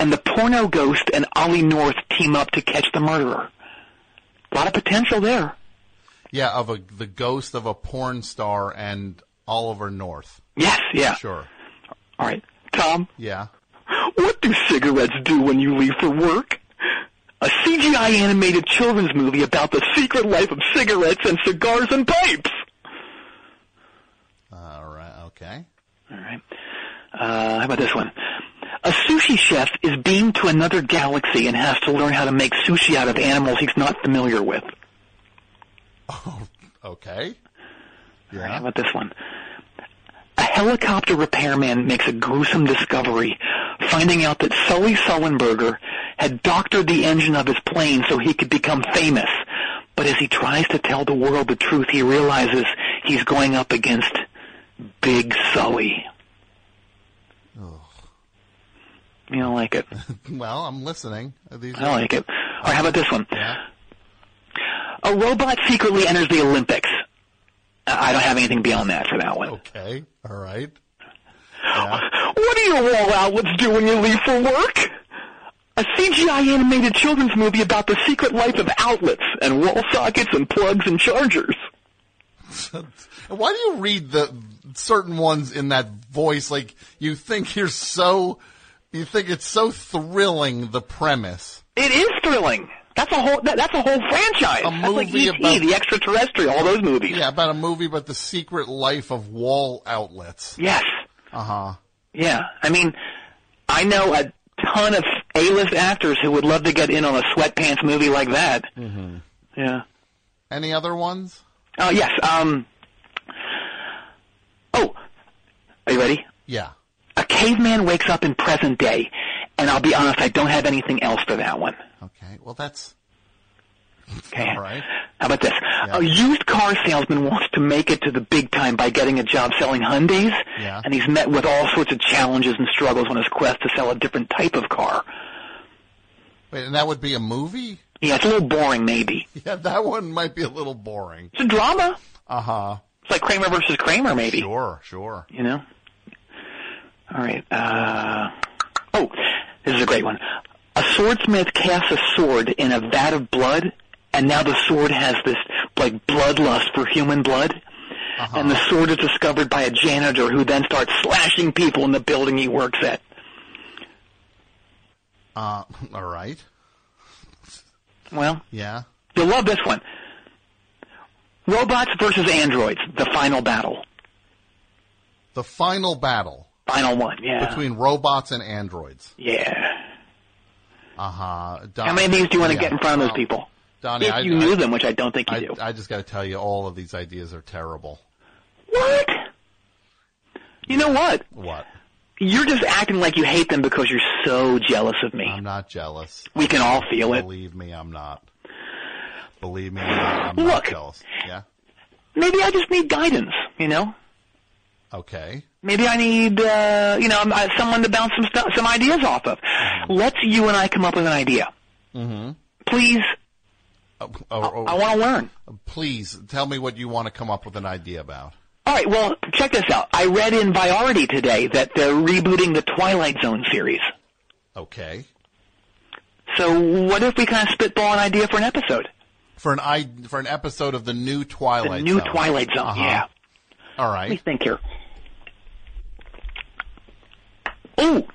[SPEAKER 3] and the porno ghost and Ollie North team up to catch the murderer. A lot of potential there.
[SPEAKER 2] Yeah, of a the ghost of a porn star and Oliver North.
[SPEAKER 3] Yes, yeah.
[SPEAKER 2] Sure.
[SPEAKER 3] All right, Tom.
[SPEAKER 2] Yeah.
[SPEAKER 3] What do cigarettes do when you leave for work? A CGI animated children's movie about the secret life of cigarettes and cigars and pipes.
[SPEAKER 2] All right. Okay.
[SPEAKER 3] All right. Uh, how about this one? A sushi chef is beamed to another galaxy and has to learn how to make sushi out of animals he's not familiar with.
[SPEAKER 2] Okay.
[SPEAKER 3] All right,
[SPEAKER 2] Yeah.
[SPEAKER 3] how about this one? A helicopter repairman makes a gruesome discovery, finding out that Sully Sullenberger had doctored the engine of his plane so he could become famous. But as he tries to tell the world the truth, he realizes he's going up against Big Sully. You don't like it.
[SPEAKER 2] Well, I'm listening. Are These.
[SPEAKER 3] I like it. All right, how about this one?
[SPEAKER 2] Yeah.
[SPEAKER 3] A robot secretly enters the Olympics. I I don't have anything beyond that for
[SPEAKER 2] Oh.
[SPEAKER 3] that one.
[SPEAKER 2] Okay. All right.
[SPEAKER 3] What do your wall outlets do when you leave for work? A CGI animated children's movie about the secret life of outlets and wall sockets and plugs and chargers.
[SPEAKER 2] Why do you read the certain ones in that voice? Like you think you're so, you think it's so thrilling. The premise.
[SPEAKER 3] It is thrilling. That's a whole. That, that's a whole franchise.
[SPEAKER 2] A
[SPEAKER 3] that's like
[SPEAKER 2] movie
[SPEAKER 3] E.T.,
[SPEAKER 2] about-
[SPEAKER 3] the extraterrestrial, all those movies.
[SPEAKER 2] Yeah, about a movie about the secret life of wall outlets.
[SPEAKER 3] Yes.
[SPEAKER 2] Uh huh.
[SPEAKER 3] Yeah. I mean, I know a ton of A-list actors who would love to get in on a sweatpants movie like that. Mm-hmm. Yeah.
[SPEAKER 2] Any other ones?
[SPEAKER 3] Oh yes. Um. Oh, are you ready?
[SPEAKER 2] Yeah.
[SPEAKER 3] A caveman wakes up in present day And I'll be honest, I don't have anything else for that one.
[SPEAKER 2] Okay. Well, that's
[SPEAKER 3] Okay.
[SPEAKER 2] all right.
[SPEAKER 3] How about this? A used car salesman wants to make it to the big time by getting a job selling Hyundais,
[SPEAKER 2] Yeah.
[SPEAKER 3] and he's met with all sorts of challenges and struggles on his quest to sell a different type of car.
[SPEAKER 2] Wait, and that would be a movie?
[SPEAKER 3] Yeah, it's a little boring, maybe.
[SPEAKER 2] Yeah, that one might be a little boring.
[SPEAKER 3] It's a drama.
[SPEAKER 2] Uh huh.
[SPEAKER 3] It's like Kramer versus Kramer, maybe.
[SPEAKER 2] Sure, sure.
[SPEAKER 3] You know. All right. Uh, oh, this is a great one. A swordsmith casts a sword in a vat of blood, and now the sword has this like bloodlust for human blood.
[SPEAKER 2] Uh-huh.
[SPEAKER 3] And the sword is discovered by a janitor who then starts slashing people in the building he works at.
[SPEAKER 2] Uh, all right.
[SPEAKER 3] Well,
[SPEAKER 2] Yeah.
[SPEAKER 3] you'll love this one. Robots versus androids, the final battle.
[SPEAKER 2] The final battle
[SPEAKER 3] Final one, yeah.
[SPEAKER 2] between robots and androids.
[SPEAKER 3] yeah.
[SPEAKER 2] Uh huh.
[SPEAKER 3] How many of these do you want to get in front of those people?
[SPEAKER 2] Donnie,
[SPEAKER 3] if
[SPEAKER 2] I,
[SPEAKER 3] you
[SPEAKER 2] I-
[SPEAKER 3] knew them, which I don't think you
[SPEAKER 2] I,
[SPEAKER 3] do.
[SPEAKER 2] I just got to tell you, all of these ideas are terrible.
[SPEAKER 3] What? You know what?
[SPEAKER 2] What?
[SPEAKER 3] You're just acting like you hate them because you're so jealous of me.
[SPEAKER 2] I'm not jealous.
[SPEAKER 3] we can all feel it.
[SPEAKER 2] Believe me, I'm not. Believe me, I'm not, I'm not
[SPEAKER 3] Look.
[SPEAKER 2] jealous. Yeah.
[SPEAKER 3] Maybe I just need guidance, you know?
[SPEAKER 2] Okay.
[SPEAKER 3] Maybe I need, uh, you know, I'm- I- someone to bounce some stuff, some ideas off of. Let's you and I come up with an idea. Mm-hmm. Please,
[SPEAKER 2] Oh, oh, oh,
[SPEAKER 3] I want to learn.
[SPEAKER 2] please tell me what you want to come up with an idea about.
[SPEAKER 3] All right, well, check this out. I read in Viarity today that they're rebooting the Twilight Zone series.
[SPEAKER 2] Okay.
[SPEAKER 3] So what if we kind of spitball an idea for an episode?
[SPEAKER 2] For an I for an episode of the new
[SPEAKER 3] The
[SPEAKER 2] Twilight.
[SPEAKER 3] new
[SPEAKER 2] Zone.
[SPEAKER 3] Twilight Zone,
[SPEAKER 2] Uh-huh.
[SPEAKER 3] yeah.
[SPEAKER 2] All
[SPEAKER 3] Let me
[SPEAKER 2] right.
[SPEAKER 3] think here. Oh,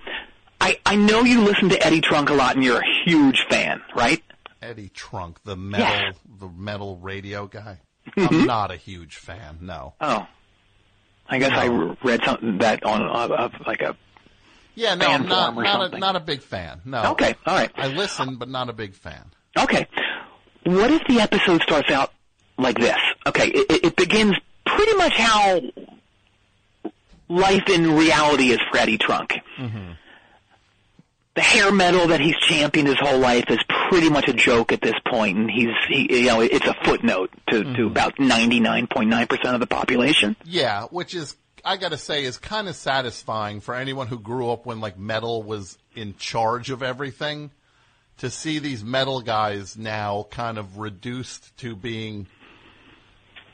[SPEAKER 3] I, I know you listen to Eddie Trunk a lot and you're a huge fan, right?
[SPEAKER 2] Eddie Trunk, the metal
[SPEAKER 3] Yeah. Mm-hmm.
[SPEAKER 2] the metal radio guy. I'm not a huge fan. No.
[SPEAKER 3] Oh. I guess I re- read something that on uh, uh, like a
[SPEAKER 2] Yeah, no,
[SPEAKER 3] Fan
[SPEAKER 2] I'm not
[SPEAKER 3] form or
[SPEAKER 2] not a,
[SPEAKER 3] something.
[SPEAKER 2] not a big fan. No.
[SPEAKER 3] Okay, all right.
[SPEAKER 2] I listen, but not a big fan.
[SPEAKER 3] Okay. What if the episode starts out like this? Okay, it, it- it begins pretty much how life in reality is for Eddie Trunk. The hair metal that he's championed his whole life is pretty much a joke at this point, and he's he, you know it's a footnote to, to about ninety nine point nine percent of the population.
[SPEAKER 2] Yeah, which is I gotta say is kind of satisfying for anyone who grew up when like metal was in charge of everything. To see these metal guys now kind of reduced to being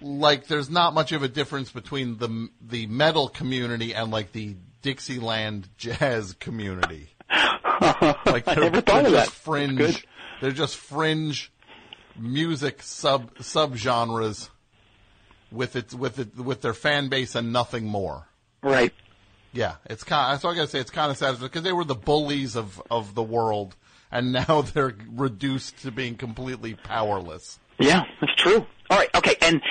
[SPEAKER 2] like there's not much of a difference between the the metal community and like the Dixieland jazz community. like
[SPEAKER 3] I
[SPEAKER 2] they're,
[SPEAKER 3] never thought
[SPEAKER 2] they're
[SPEAKER 3] of
[SPEAKER 2] just
[SPEAKER 3] that.
[SPEAKER 2] fringe.
[SPEAKER 3] That's good.
[SPEAKER 2] They're just fringe music sub subgenres with it with it with their fan base and nothing more.
[SPEAKER 3] Right.
[SPEAKER 2] Yeah, it's kind. Of, so I gotta say it's kind of sad because they were the bullies of of the world, and now they're reduced to being completely powerless.
[SPEAKER 3] Yeah, that's true. All right, okay, and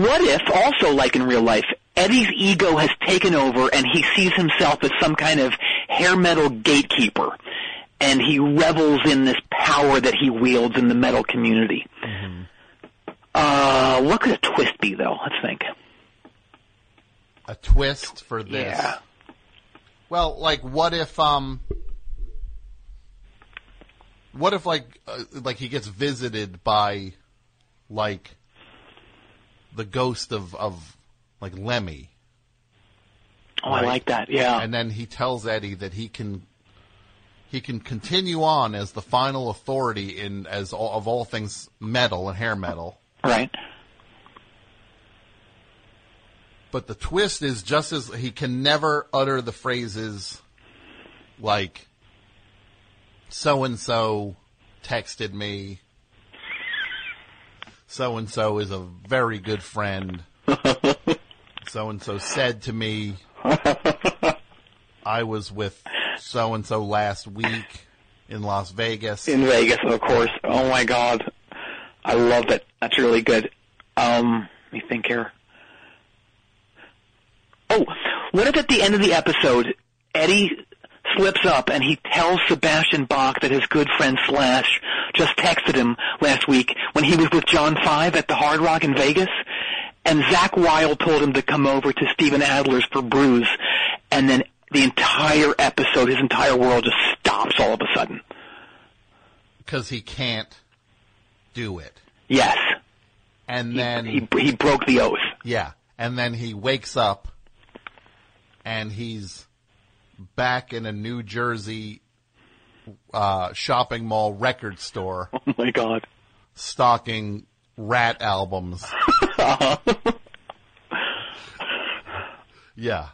[SPEAKER 3] what if, also like in real life, Eddie's ego has taken over and he sees himself as some kind of hair metal gatekeeper, and he revels in this power that he wields in the metal community?
[SPEAKER 2] Mm-hmm.
[SPEAKER 3] Uh, what could a twist be, though? Let's think.
[SPEAKER 2] A twist for this.
[SPEAKER 3] Yeah.
[SPEAKER 2] Well, like what if um. What if like uh, like he gets visited by, like, the ghost of of like Lemmy,
[SPEAKER 3] Oh,
[SPEAKER 2] Right.
[SPEAKER 3] I like that, yeah.
[SPEAKER 2] and then he tells Eddie that he can he can continue on as the final authority in as all, of all things metal and hair metal.
[SPEAKER 3] right.
[SPEAKER 2] But the twist is just as he can never utter the phrases like so and so texted me. So and so is a very good friend. So and so said to me I was with so and so last week in Las Vegas.
[SPEAKER 3] In Vegas, of course. Oh, my God. I love it. That's really good. Um, let me think here. Oh, what if at the end of the episode, Eddie slips up and he tells Sebastian Bach that his good friend Slash just texted him last week when he was with John Five at the Hard Rock in Vegas, and Zach Wilde told him to come over to Steven Adler's for brews, and then the entire episode, his entire world just stops all of a sudden.
[SPEAKER 2] because he can't do it.
[SPEAKER 3] Yes,
[SPEAKER 2] And then
[SPEAKER 3] he he broke the oath.
[SPEAKER 2] Yeah. And then he wakes up and he's back in a New Jersey uh, shopping mall record store
[SPEAKER 3] Oh my God.
[SPEAKER 2] stocking rat albums. yeah.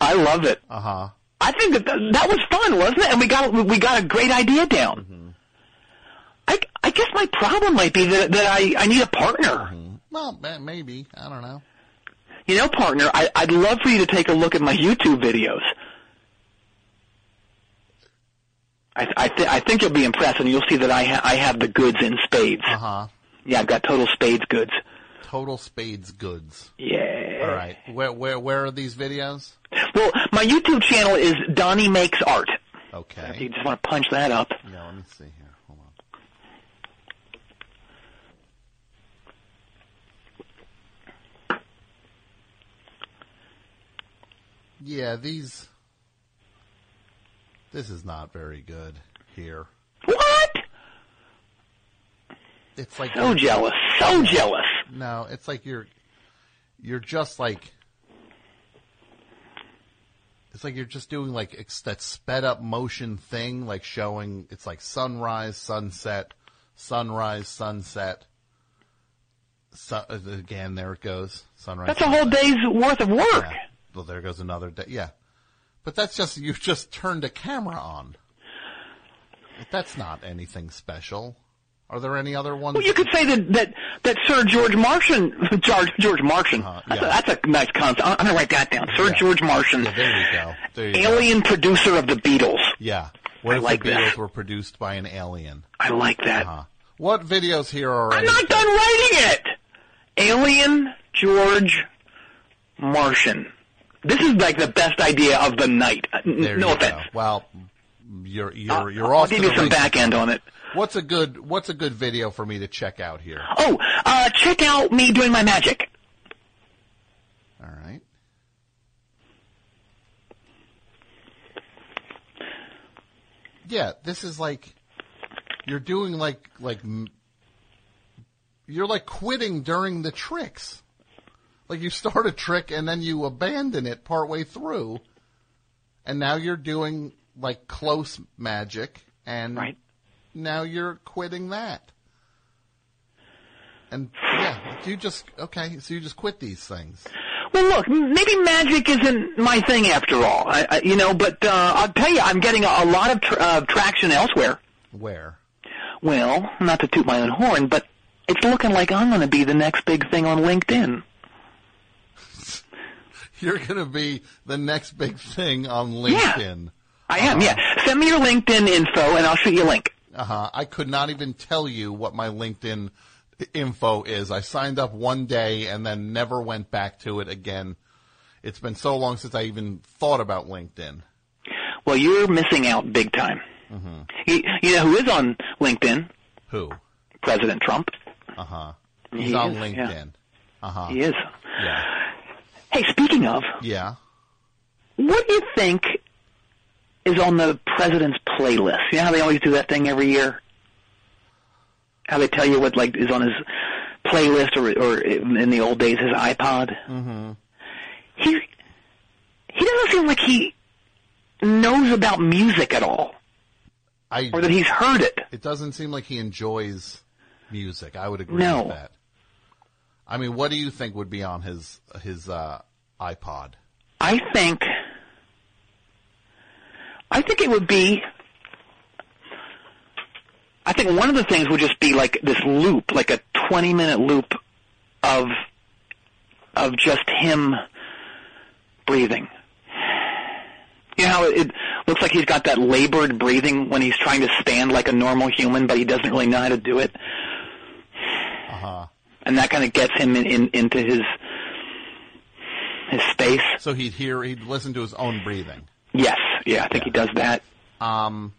[SPEAKER 3] I love it.
[SPEAKER 2] Uh huh.
[SPEAKER 3] I think that th- that was fun, wasn't it? And we got we got a great idea down. I, I guess my problem might be that that I I need a partner.
[SPEAKER 2] Well, ma- maybe. I don't know.
[SPEAKER 3] You know, partner, I, I'd love for you to take a look at my YouTube videos. I I, th- I think you'll be impressed, and you'll see that I ha- I have the goods in spades.
[SPEAKER 2] Uh huh.
[SPEAKER 3] Yeah, I've got total spades goods.
[SPEAKER 2] Total Spades Goods.
[SPEAKER 3] Yeah.
[SPEAKER 2] All right. Where where where are these videos?
[SPEAKER 3] Well, my YouTube channel is Donnie Makes Art. If you
[SPEAKER 2] Okay.
[SPEAKER 3] just want to punch that up.
[SPEAKER 2] Yeah. Let me see here. Hold on. Yeah, these. This is not very good here.
[SPEAKER 3] What?
[SPEAKER 2] It's like
[SPEAKER 3] So jealous. So jealous.
[SPEAKER 2] no, it's like you're you're just like it's like you're just doing like ex- that sped up motion thing, like showing it's like sunrise, sunset, sunrise, sunset. Sun, again, there it goes. Sunrise.
[SPEAKER 3] That's a whole
[SPEAKER 2] sunset.
[SPEAKER 3] day's worth of work.
[SPEAKER 2] Yeah. Well, there goes another day. Yeah, but that's just you've just turned a camera on. That's not anything special. Are there any other ones?
[SPEAKER 3] Well, you could say that that that Sir George Martian, George George Martian.
[SPEAKER 2] Uh-huh,
[SPEAKER 3] That's,
[SPEAKER 2] yeah.
[SPEAKER 3] a, that's a nice concept. I'm gonna write that down. Sir
[SPEAKER 2] Yeah.
[SPEAKER 3] George Martian,
[SPEAKER 2] Yeah, there you go. There you go.
[SPEAKER 3] alien producer of the Beatles.
[SPEAKER 2] Yeah. What
[SPEAKER 3] I
[SPEAKER 2] if
[SPEAKER 3] like
[SPEAKER 2] the
[SPEAKER 3] that.
[SPEAKER 2] Beatles were produced by an alien?
[SPEAKER 3] I like that.
[SPEAKER 2] Huh. What videos here are
[SPEAKER 3] I'm not done writing it. Alien George Martian. This is like the best idea of the night. Uh, n-
[SPEAKER 2] there
[SPEAKER 3] no
[SPEAKER 2] you
[SPEAKER 3] offense.
[SPEAKER 2] Go. Well, you're
[SPEAKER 3] Uh,
[SPEAKER 2] you're you're
[SPEAKER 3] I'll
[SPEAKER 2] off
[SPEAKER 3] give
[SPEAKER 2] to
[SPEAKER 3] you
[SPEAKER 2] the
[SPEAKER 3] some
[SPEAKER 2] races.
[SPEAKER 3] back end on it.
[SPEAKER 2] What's a good What's a good video for me to check out here?
[SPEAKER 3] Oh, uh, check out me doing my magic.
[SPEAKER 2] All right. Yeah, this is like you're doing like like m- you're like quitting during the tricks. Like you start a trick and then you abandon it partway through, and now you're doing like close magic, and
[SPEAKER 3] Right.
[SPEAKER 2] now you're quitting that. And yeah, you just okay, so you just quit these things.
[SPEAKER 3] Well, look, m- maybe magic isn't my thing after all. I, I, you know, but uh, I'll tell you, I'm getting a, a lot of tr- uh, traction elsewhere.
[SPEAKER 2] Where?
[SPEAKER 3] Well, not to toot my own horn, but it's looking like I'm going to be the next big thing on LinkedIn.
[SPEAKER 2] You're going to be the next big thing on LinkedIn.
[SPEAKER 3] I am, yeah. Send me your LinkedIn info, and I'll shoot you a link.
[SPEAKER 2] Uh huh. I could not even tell you what my LinkedIn info is. I signed up one day and then never went back to it again. It's been so long since I even thought about LinkedIn.
[SPEAKER 3] Well, you're missing out big time. You, you know who is on LinkedIn?
[SPEAKER 2] Who?
[SPEAKER 3] President Trump.
[SPEAKER 2] Uh huh.
[SPEAKER 3] He
[SPEAKER 2] He's on
[SPEAKER 3] is, yeah.
[SPEAKER 2] LinkedIn. Uh huh.
[SPEAKER 3] He is.
[SPEAKER 2] Yeah.
[SPEAKER 3] Hey, speaking of,
[SPEAKER 2] Yeah.
[SPEAKER 3] what do you think is on the president's playlist? You know how they always do that thing every year? How they tell you what like is on his playlist or or in the old days his iPod? Mm-hmm. He he doesn't seem like he knows about music at all,
[SPEAKER 2] I,
[SPEAKER 3] or that he's heard it.
[SPEAKER 2] it doesn't seem like he enjoys music. I would agree
[SPEAKER 3] No.
[SPEAKER 2] with that. I mean, what do you think would be on his, his, uh, iPod?
[SPEAKER 3] I think I think it would be I think one of the things would just be like this loop, like a 20 minute loop of of just him breathing. You know how it, it looks like he's got that labored breathing when he's trying to stand like a normal human, but he doesn't really know how to do it. And that kind of gets him in, in, into his his space.
[SPEAKER 2] So he'd hear, he'd listen to his own breathing.
[SPEAKER 3] Yes, yeah, I think he does that.
[SPEAKER 2] Um,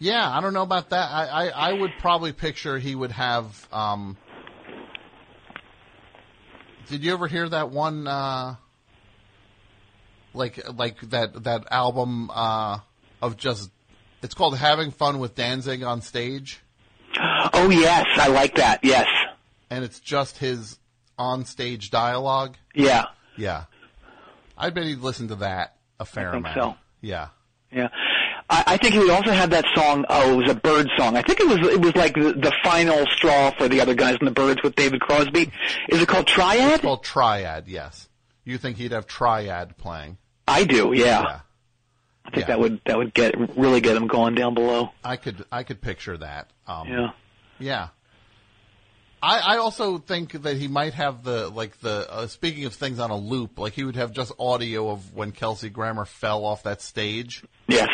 [SPEAKER 2] yeah, I don't know about that. I, I, I would probably picture he would have. Um, did you ever hear that one? Uh, like like that that album uh, of just It's called Having Fun with Danzig on Stage,
[SPEAKER 3] Oh yes, I like that. Yes,
[SPEAKER 2] and it's just his on stage dialogue.
[SPEAKER 3] yeah,
[SPEAKER 2] Yeah. I bet he'd listen to that a fair
[SPEAKER 3] think
[SPEAKER 2] amount.
[SPEAKER 3] so.
[SPEAKER 2] Yeah.
[SPEAKER 3] yeah. I, I think he would also have that song. Oh, it was a bird song. I think it was it was like the, the final straw for the other guys in the Birds with David Crosby. Is it called Triad?
[SPEAKER 2] Well, triad, yes. You think he'd have triad playing.
[SPEAKER 3] I do. Yeah,
[SPEAKER 2] Yeah.
[SPEAKER 3] I think
[SPEAKER 2] yeah.
[SPEAKER 3] that would that would get really get him going down below.
[SPEAKER 2] I could I could picture that. Um
[SPEAKER 3] Yeah.
[SPEAKER 2] yeah. I, I also think that he might have the like the uh, speaking of things on a loop, like he would have just audio of when Kelsey Grammer fell off that stage.
[SPEAKER 3] Yes.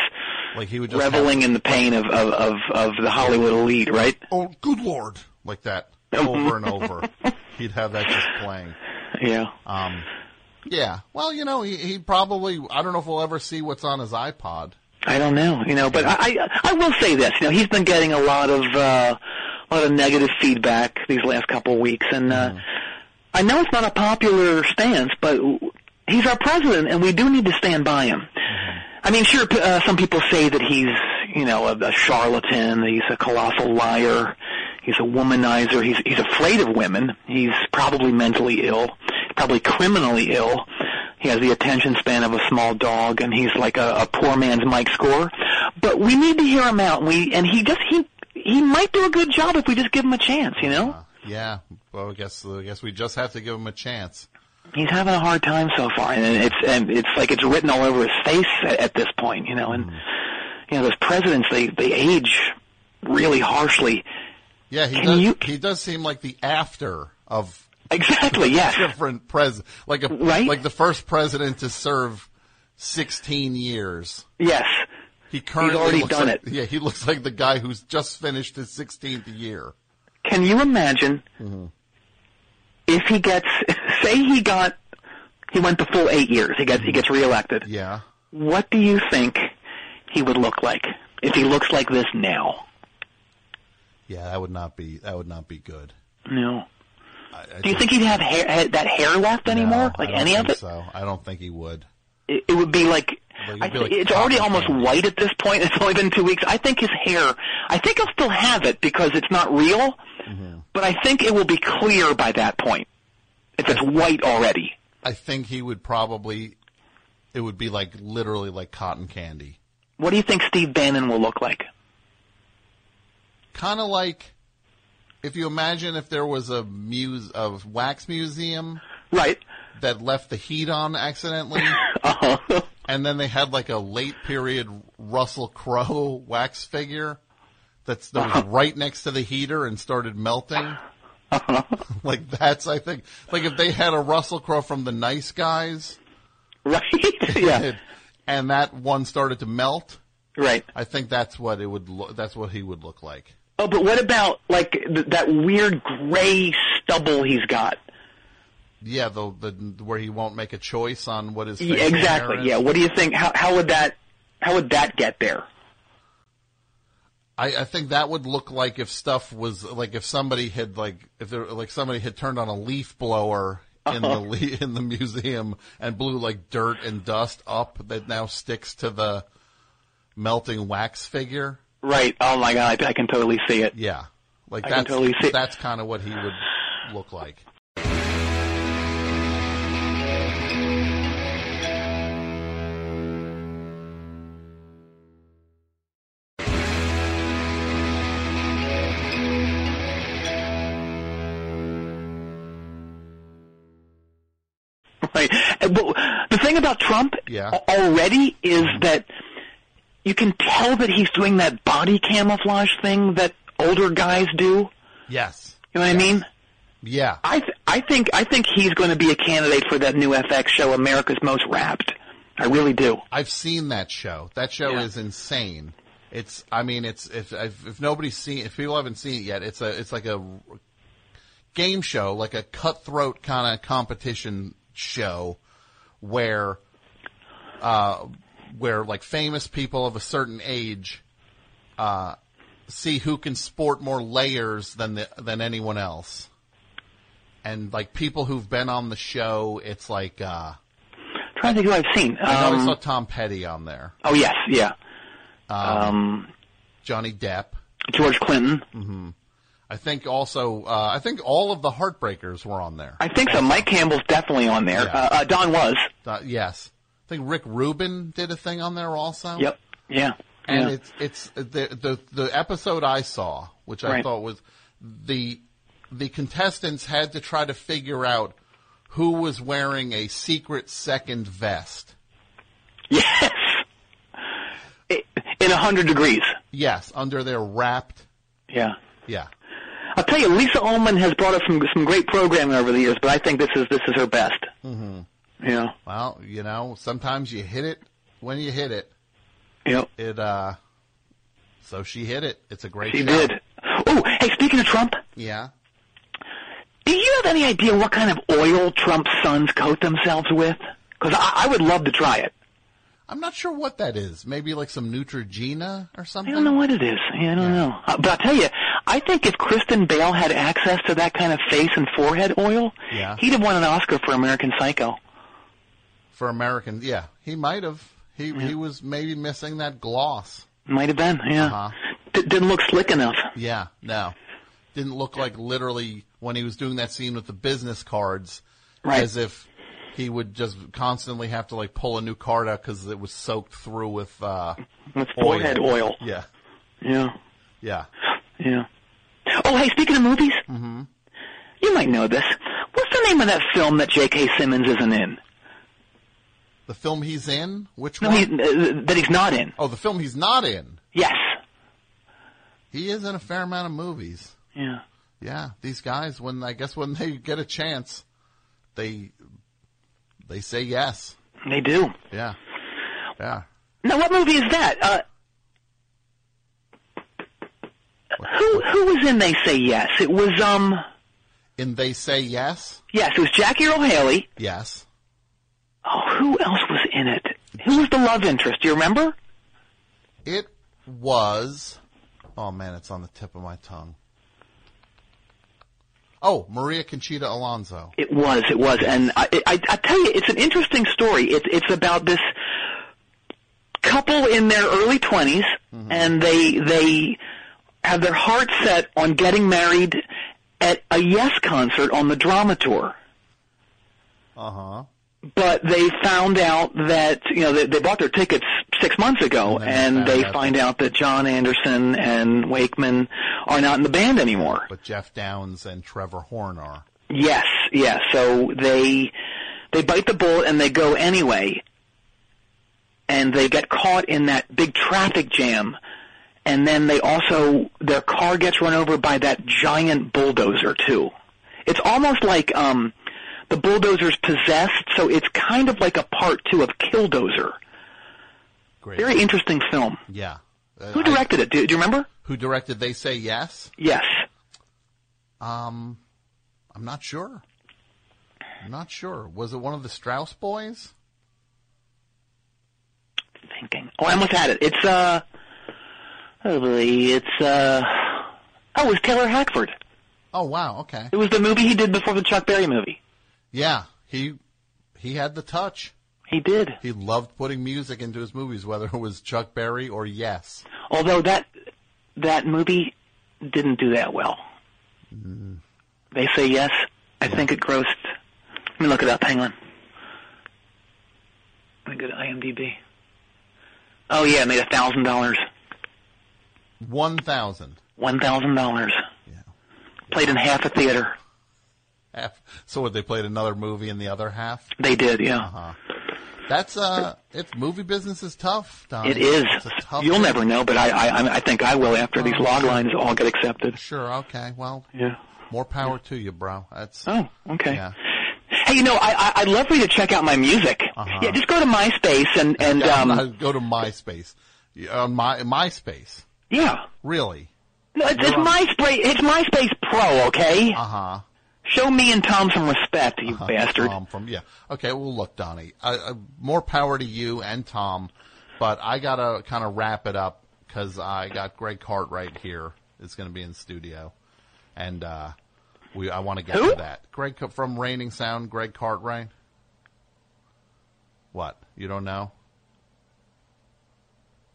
[SPEAKER 2] Like he would just have-
[SPEAKER 3] Reveling in the pain of, of, of, of the Hollywood elite, right?
[SPEAKER 2] oh, good lord, like that over and over. He'd have that just playing.
[SPEAKER 3] Yeah.
[SPEAKER 2] Um, yeah. Well, you know, he, he probably. I don't know if we'll ever see what's on his iPod.
[SPEAKER 3] I don't know, you know, but I, I I will say this, you know, he's been getting a lot of uh, a lot of negative feedback these last couple of weeks, and uh, I know it's not a popular stance, but he's our president, and we do need to stand by him. I mean, sure, p- uh, some people say that he's you know a, a charlatan, he's a colossal liar, he's a womanizer, he's he's afraid of women, he's probably mentally ill, probably criminally ill. He has the attention span of a small dog, and he's like a, a poor man's Mike Score. But we need to hear him out. And we and he just he he might do a good job if we just give him a chance. You know,
[SPEAKER 2] Yeah. Well, I guess I guess we just have to give him a chance.
[SPEAKER 3] he's having a hard time so far, and it's and it's like it's written all over his face at, at this point. You know, and you know those presidents they they age really harshly.
[SPEAKER 2] Yeah. He
[SPEAKER 3] Can
[SPEAKER 2] does.
[SPEAKER 3] you-
[SPEAKER 2] He does seem like the after of
[SPEAKER 3] Exactly. Yes.
[SPEAKER 2] different pres like a
[SPEAKER 3] Right?
[SPEAKER 2] like the first president to serve sixteen years.
[SPEAKER 3] Yes.
[SPEAKER 2] He currently
[SPEAKER 3] already
[SPEAKER 2] looks
[SPEAKER 3] done
[SPEAKER 2] like-
[SPEAKER 3] it.
[SPEAKER 2] Yeah, he looks like the guy who's just finished his sixteenth year.
[SPEAKER 3] Can you imagine if he gets say he got he went the full eight years. He gets he gets reelected.
[SPEAKER 2] Yeah.
[SPEAKER 3] what do you think he would look like if he looks like this now?
[SPEAKER 2] Yeah, that would not be that would not be good.
[SPEAKER 3] No.
[SPEAKER 2] I, I
[SPEAKER 3] Do you
[SPEAKER 2] just-
[SPEAKER 3] think he'd have hair, had that hair left anymore?
[SPEAKER 2] No,
[SPEAKER 3] like
[SPEAKER 2] I don't
[SPEAKER 3] any
[SPEAKER 2] think
[SPEAKER 3] of it?
[SPEAKER 2] So I don't think he would.
[SPEAKER 3] it? It would be like.
[SPEAKER 2] Like, it'd
[SPEAKER 3] I,
[SPEAKER 2] be like
[SPEAKER 3] it's already
[SPEAKER 2] cotton
[SPEAKER 3] almost
[SPEAKER 2] candy.
[SPEAKER 3] white at this point. It's only been two weeks. I think his hair. I think he'll still have it because it's not real.
[SPEAKER 2] Mm-hmm.
[SPEAKER 3] But I think it will be clear by that point. If it's white already.
[SPEAKER 2] I think he would probably. It would be like literally like cotton candy,
[SPEAKER 3] What do you think Steve Bannon will look like?
[SPEAKER 2] kind of like if you imagine if there was a muse of wax museum
[SPEAKER 3] Right.
[SPEAKER 2] that left the heat on accidentally,
[SPEAKER 3] Uh-huh.
[SPEAKER 2] and then they had like a late period Russell Crowe wax figure that's that was right next to the heater and started melting. like that's I think like if they had a Russell Crowe from the Nice Guys,
[SPEAKER 3] right. yeah.
[SPEAKER 2] and that one started to melt.
[SPEAKER 3] Right.
[SPEAKER 2] I think that's what it would. Lo- that's what he would look like.
[SPEAKER 3] Oh, but what about like th- that weird gray stubble he's got?
[SPEAKER 2] Yeah, the the where he won't make a choice on what his
[SPEAKER 3] Yeah,
[SPEAKER 2] facial hair
[SPEAKER 3] exactly.
[SPEAKER 2] is.
[SPEAKER 3] Yeah. What do you think? How how would that how would that get there?
[SPEAKER 2] I, I think that would look like if stuff was like if somebody had like if there like somebody had turned on a leaf blower in the le- in the museum and blew like dirt and dust up that now sticks to the melting wax figure.
[SPEAKER 3] Right. Oh my god, I, I can totally see it.
[SPEAKER 2] Yeah, like
[SPEAKER 3] I can
[SPEAKER 2] that's
[SPEAKER 3] totally see-
[SPEAKER 2] that's kind of what he would look like.
[SPEAKER 3] Right. And, But the thing about Trump
[SPEAKER 2] Yeah.
[SPEAKER 3] a- already is that you can tell that he's doing that body camouflage thing that older guys do.
[SPEAKER 2] Yes.
[SPEAKER 3] You know what I mean?
[SPEAKER 2] Yeah.
[SPEAKER 3] I th- I think I think he's going to be a candidate for that new FX show, America's Most Wrapped. I really do.
[SPEAKER 2] I've seen that show. That show
[SPEAKER 3] Yeah.
[SPEAKER 2] is insane. It's, I mean, it's if if if nobody's seen, if people haven't seen it yet, it's a it's like a game show, like a cutthroat kind of competition show, where, uh, where like famous people of a certain age, uh, see who can sport more layers than the than anyone else, and like people who've been on the show, it's like uh,
[SPEAKER 3] trying to think who I've seen.
[SPEAKER 2] I know we
[SPEAKER 3] Um,
[SPEAKER 2] saw Tom Petty on there.
[SPEAKER 3] Oh yes, yeah. um,
[SPEAKER 2] Johnny Depp.
[SPEAKER 3] George Clinton.
[SPEAKER 2] Mm-hmm. I think also, uh, I think all of the Heartbreakers were on there.
[SPEAKER 3] I think so. Mike Campbell's definitely on there.
[SPEAKER 2] Yeah.
[SPEAKER 3] Uh, uh, Don was.
[SPEAKER 2] Uh, yes, I think Rick Rubin did a thing on there also.
[SPEAKER 3] Yep. Yeah.
[SPEAKER 2] And
[SPEAKER 3] yeah.
[SPEAKER 2] it's it's the, the the episode I saw, which I
[SPEAKER 3] Right.
[SPEAKER 2] thought was the the contestants had to try to figure out who was wearing a secret second vest.
[SPEAKER 3] Yes. It, in a hundred degrees.
[SPEAKER 2] Yes, under their wrapped.
[SPEAKER 3] Yeah.
[SPEAKER 2] Yeah.
[SPEAKER 3] I'll tell you, Lisa Ullman has brought us some some great programming over the years, but I think this is this is her best. Mm-hmm. Yeah.
[SPEAKER 2] Well, you know, sometimes you hit it when you hit it.
[SPEAKER 3] Yeah.
[SPEAKER 2] It uh. So she hit it. It's a great.
[SPEAKER 3] She
[SPEAKER 2] show.
[SPEAKER 3] did. Oh, hey, speaking of Trump,
[SPEAKER 2] Yeah.
[SPEAKER 3] do you have any idea what kind of oil Trump's sons coat themselves with? Because I, I would love to try it.
[SPEAKER 2] I'm not sure what that is. Maybe like some Neutrogena or something.
[SPEAKER 3] I don't know what it is. Yeah, I don't know. Uh, but I'll tell you, I think if Kristen Bale had access to that kind of face and forehead oil,
[SPEAKER 2] Yeah.
[SPEAKER 3] he'd have won an Oscar for American Psycho.
[SPEAKER 2] for Americans. Yeah, he might have. He he was maybe missing that gloss.
[SPEAKER 3] Might have been, yeah.
[SPEAKER 2] Uh-huh.
[SPEAKER 3] D- didn't look slick enough.
[SPEAKER 2] Yeah, no, didn't look like literally when he was doing that scene with the business cards,
[SPEAKER 3] Right.
[SPEAKER 2] as if he would just constantly have to like pull a new card out because it was soaked through with uh,
[SPEAKER 3] With forehead oil.
[SPEAKER 2] Yeah,
[SPEAKER 3] Yeah.
[SPEAKER 2] yeah.
[SPEAKER 3] Yeah. Oh, hey, speaking of movies, mm-hmm. you might know this. What's the name of that film that J.K. Simmons isn't in?
[SPEAKER 2] The film he's in, which
[SPEAKER 3] No,
[SPEAKER 2] one?
[SPEAKER 3] he, uh, that he's not in.
[SPEAKER 2] oh, the film he's not in.
[SPEAKER 3] Yes.
[SPEAKER 2] He is in a fair amount of movies.
[SPEAKER 3] Yeah.
[SPEAKER 2] Yeah, these guys when I guess when they get a chance, they they say yes.
[SPEAKER 3] They do.
[SPEAKER 2] Yeah, yeah.
[SPEAKER 3] Now, what movie is that? Uh, who who was in They Say Yes? It was um
[SPEAKER 2] And they say yes,
[SPEAKER 3] yes, it was Jackie Earl Haley.
[SPEAKER 2] yes.
[SPEAKER 3] Oh, who else was in it? Who was the love interest? Do you remember?
[SPEAKER 2] It was. Oh man, it's on the tip of my tongue. Oh, Maria Conchita Alonso.
[SPEAKER 3] It was, it was, and I, I, I tell you, it's an interesting story. It's it's about this couple in their early 20s
[SPEAKER 2] Mm-hmm.
[SPEAKER 3] and they they have their heart set on getting married at a Yes concert on the drama tour.
[SPEAKER 2] Uh huh.
[SPEAKER 3] but they found out that you know they, they bought their tickets six months ago,
[SPEAKER 2] And then
[SPEAKER 3] and
[SPEAKER 2] they
[SPEAKER 3] they
[SPEAKER 2] found out
[SPEAKER 3] find out that John Anderson and Wakeman are not in the band anymore.
[SPEAKER 2] But Jeff Downs and Trevor Horn are.
[SPEAKER 3] Yes, yes. So they they bite the bullet and they go anyway, and they get caught in that big traffic jam, and then they also their car gets run over by that giant bulldozer too. It's almost like um, the bulldozer's possessed, so it's kind of like a part two of Killdozer.
[SPEAKER 2] Great.
[SPEAKER 3] Very interesting film.
[SPEAKER 2] yeah. Uh,
[SPEAKER 3] Who
[SPEAKER 2] I-
[SPEAKER 3] directed it? Do, do you remember?
[SPEAKER 2] who directed They Say Yes?
[SPEAKER 3] Yes.
[SPEAKER 2] Um, I'm not sure. I'm not sure. Was it one of the Strauss boys?
[SPEAKER 3] Thinking. Oh, I almost had it. It's uh, probably it's uh, oh, it was Taylor Hackford.
[SPEAKER 2] Oh wow. Okay.
[SPEAKER 3] It was the movie he did before the Chuck Berry movie.
[SPEAKER 2] Yeah. He he had the touch.
[SPEAKER 3] He did.
[SPEAKER 2] He loved putting music into his movies, whether it was Chuck Berry or Yes.
[SPEAKER 3] Although that that movie didn't do that well. They say yes. I think it grossed. Let me look it up. Hang on. Let me go to IMDb. Oh yeah, it made a thousand dollars.
[SPEAKER 2] One thousand.
[SPEAKER 3] One thousand dollars. Played in half a theater.
[SPEAKER 2] half. So what they played another movie in the other half.
[SPEAKER 3] They did, yeah.
[SPEAKER 2] That's uh, it's movie business is tough. Donnie.
[SPEAKER 3] It is.
[SPEAKER 2] It's a tough.
[SPEAKER 3] You'll
[SPEAKER 2] thing. Oh.
[SPEAKER 3] never know, but I, I, I'm- I think I will after these log lines all get accepted.
[SPEAKER 2] Sure. Okay. Well,
[SPEAKER 3] Yeah.
[SPEAKER 2] more power to you, bro. That's
[SPEAKER 3] Oh, okay.
[SPEAKER 2] Yeah.
[SPEAKER 3] Hey, you know, I, I, I'd love for you to check out my music.
[SPEAKER 2] Uh-huh.
[SPEAKER 3] Yeah, just go to MySpace and and
[SPEAKER 2] Yeah, I'm
[SPEAKER 3] um,
[SPEAKER 2] not- go to MySpace. Yeah, On my MySpace,
[SPEAKER 3] yeah.
[SPEAKER 2] really?
[SPEAKER 3] No, it's, it's MySpace. It's MySpace Pro. Okay.
[SPEAKER 2] Uh huh.
[SPEAKER 3] Show me and Tom some respect, you bastard.
[SPEAKER 2] Uh-huh. Tom from yeah. Okay. Well, look, Donnie. Uh, uh, more power to you and Tom, but I gotta kind of wrap it up because I got Greg Cartwright here. It's gonna be in studio, and uh, we I want to get
[SPEAKER 3] Who?
[SPEAKER 2] to that. Greg Ca- from Raining Sound. Greg Cartwright. What you don't know?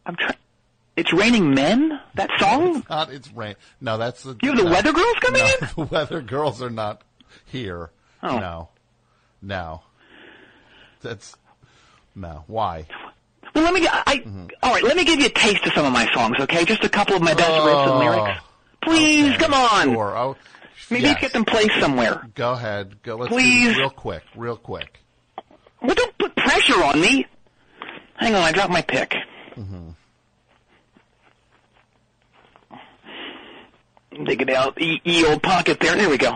[SPEAKER 3] I'm trying. It's Raining Men? That song?
[SPEAKER 2] Not it's rain. No, that's the.
[SPEAKER 3] You have the
[SPEAKER 2] no.
[SPEAKER 3] Weather Girls coming
[SPEAKER 2] No,
[SPEAKER 3] in?
[SPEAKER 2] the weather girls are not here.
[SPEAKER 3] Oh.
[SPEAKER 2] No, no. That's no. Why?
[SPEAKER 3] Well, let me. I
[SPEAKER 2] Mm-hmm.
[SPEAKER 3] all right. Let me give you a taste of some of my songs, okay? Just a couple of my best riffs
[SPEAKER 2] Oh,
[SPEAKER 3] and lyrics. Please,
[SPEAKER 2] okay,
[SPEAKER 3] come on.
[SPEAKER 2] Sure. Oh,
[SPEAKER 3] Maybe
[SPEAKER 2] yes.
[SPEAKER 3] you get them placed somewhere.
[SPEAKER 2] Go ahead. Go. Let's do
[SPEAKER 3] Please.
[SPEAKER 2] this real quick. Real quick.
[SPEAKER 3] Well, don't put pressure on me. Hang on, I dropped my pick.
[SPEAKER 2] Mm-hmm.
[SPEAKER 3] Dig it out, e, e old pocket there. There we go.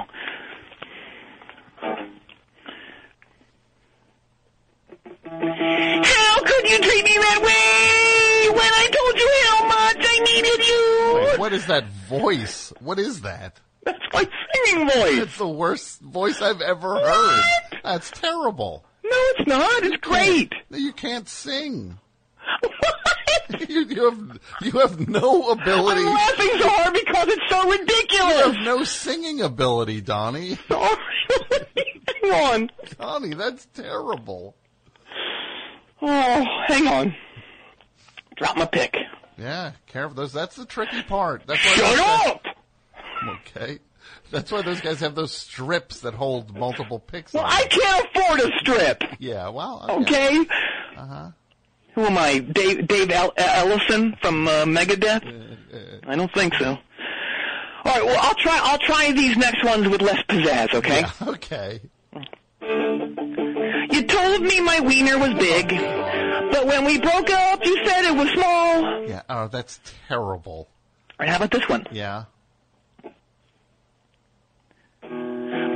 [SPEAKER 3] How could you treat me that way when I told you how much I needed you?
[SPEAKER 2] Wait, what is that voice? What is that?
[SPEAKER 3] That's my singing voice.
[SPEAKER 2] It's the worst voice I've ever heard. That's terrible.
[SPEAKER 3] No, it's not. It's great.
[SPEAKER 2] You can't sing. You, you have you have no ability.
[SPEAKER 3] I'm laughing so hard because it's so
[SPEAKER 2] You
[SPEAKER 3] ridiculous.
[SPEAKER 2] have no singing ability, Donnie.
[SPEAKER 3] Oh, hang on.
[SPEAKER 2] Donnie, that's terrible.
[SPEAKER 3] Oh, hang on. Drop my pick.
[SPEAKER 2] Yeah, careful. Those that's the tricky part. That's why
[SPEAKER 3] Shut
[SPEAKER 2] those guys-
[SPEAKER 3] up!
[SPEAKER 2] Okay. That's why those guys have those strips that hold multiple picks.
[SPEAKER 3] Well,
[SPEAKER 2] on
[SPEAKER 3] I
[SPEAKER 2] them.
[SPEAKER 3] can't afford a strip,
[SPEAKER 2] Yeah. Well. Okay.
[SPEAKER 3] okay? Uh-huh. Who am I? Dave, Dave El- uh, Ellison from uh, Megadeth? I don't think so. All right, well, I'll try. I'll try these next ones with less pizzazz, okay?
[SPEAKER 2] Okay.
[SPEAKER 3] You told me my wiener was big, but when we broke up, you said it was small. All
[SPEAKER 2] Yeah. Oh, that's terrible.
[SPEAKER 3] right, how about this one?
[SPEAKER 2] Yeah.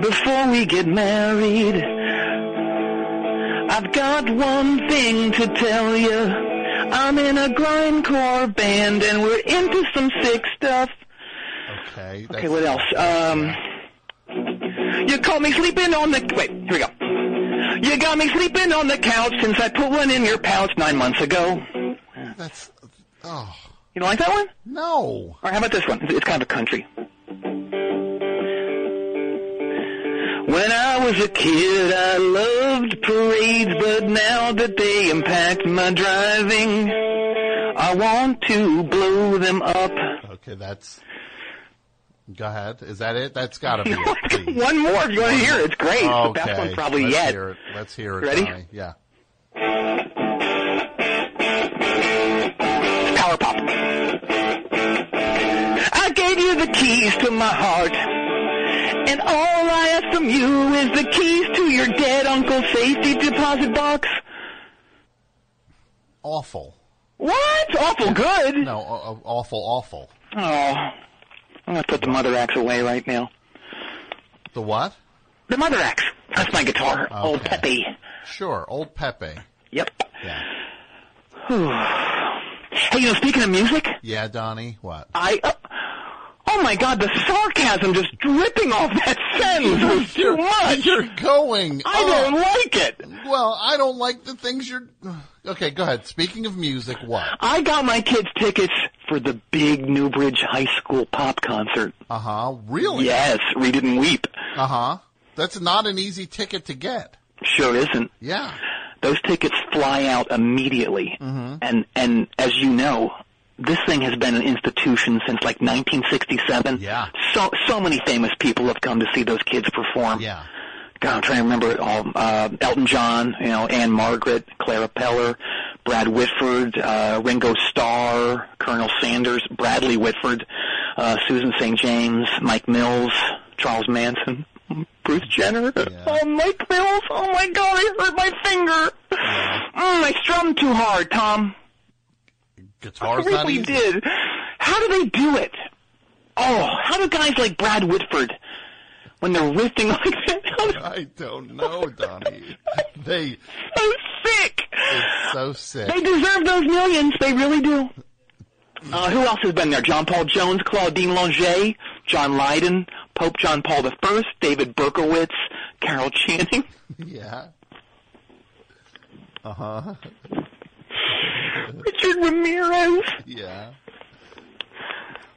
[SPEAKER 3] Before we get married, I've got one thing to tell you. I'm in a grindcore band and we're into some sick stuff.
[SPEAKER 2] Okay.
[SPEAKER 3] Okay,
[SPEAKER 2] that's-
[SPEAKER 3] what else? Um, you caught me sleeping on the. Wait, here we go. You got me sleeping on the couch since I put one in your pouch nine months ago.
[SPEAKER 2] That's. Oh
[SPEAKER 3] You don't like that one?
[SPEAKER 2] no.
[SPEAKER 3] Or how about this one? It's it's kind of a country. When I was a kid, I loved parades, but now that they impact my driving, I want to blow them up.
[SPEAKER 2] Okay. That's. Go ahead. Is that it? That's gotta be it. please.
[SPEAKER 3] one more if you want to hear it. It's great. It's the best one probably
[SPEAKER 2] Let's
[SPEAKER 3] yet.
[SPEAKER 2] Hear it. Let's hear it.
[SPEAKER 3] Ready?
[SPEAKER 2] Donnie. Yeah.
[SPEAKER 3] Power Pop. I gave you the keys to my heart. And all I ask from you is the keys to your dead uncle's safety deposit box.
[SPEAKER 2] Awful.
[SPEAKER 3] What? Awful good.
[SPEAKER 2] No. aw- aw- Awful. Awful.
[SPEAKER 3] Oh. I'm going to put the mother axe away right now.
[SPEAKER 2] The what?
[SPEAKER 3] The mother axe. That's my guitar. Old
[SPEAKER 2] Okay.
[SPEAKER 3] Peppy.
[SPEAKER 2] Sure. Old Pepe.
[SPEAKER 3] Yep.
[SPEAKER 2] Yeah.
[SPEAKER 3] Hey, you know, speaking of music,
[SPEAKER 2] Yeah, Donnie. What?
[SPEAKER 3] I... Uh, oh, my God, the sarcasm just dripping off that sentence was too much.
[SPEAKER 2] You're going.
[SPEAKER 3] I don't like it.
[SPEAKER 2] don't. Well, I don't like the things you're. Okay, go ahead. Speaking of music, what?
[SPEAKER 3] I got my kids tickets for the big Newbridge High School pop concert.
[SPEAKER 2] Uh huh. Really?
[SPEAKER 3] Yes, Read It and Weep.
[SPEAKER 2] Uh huh. That's not an easy ticket to get.
[SPEAKER 3] Sure isn't.
[SPEAKER 2] Yeah.
[SPEAKER 3] Those tickets fly out immediately.
[SPEAKER 2] Mm-hmm.
[SPEAKER 3] And and as you know, this thing has been an institution since like 1967.
[SPEAKER 2] Yeah.
[SPEAKER 3] So so many famous people have come to see those kids perform.
[SPEAKER 2] Yeah.
[SPEAKER 3] God, I'm trying to remember it all. Uh, Elton John, you know, Anne Margaret, Clara Peller, Brad Whitford, uh, Ringo Starr, Colonel Sanders, Bradley Whitford, uh, Susan St. James, Mike Mills, Charles Manson, Bruce Jenner. Oh, Mike Mills! Oh my God, I hurt my finger. Mm, I strummed too hard, Tom.
[SPEAKER 2] Guitar's
[SPEAKER 3] I
[SPEAKER 2] not
[SPEAKER 3] really
[SPEAKER 2] easy.
[SPEAKER 3] did. How do they do it? Oh, how do guys like Brad Whitford, when they're riffing like that, how do
[SPEAKER 2] I don't know, Donnie. they
[SPEAKER 3] so sick.
[SPEAKER 2] so sick.
[SPEAKER 3] They deserve those millions. They really do. Uh, who else has been there? John Paul Jones, Claudine Longet, John Lydon, Pope John Paul I, David Berkowitz, Carol Channing.
[SPEAKER 2] Yeah. Uh-huh.
[SPEAKER 3] Richard Ramirez.
[SPEAKER 2] Yeah.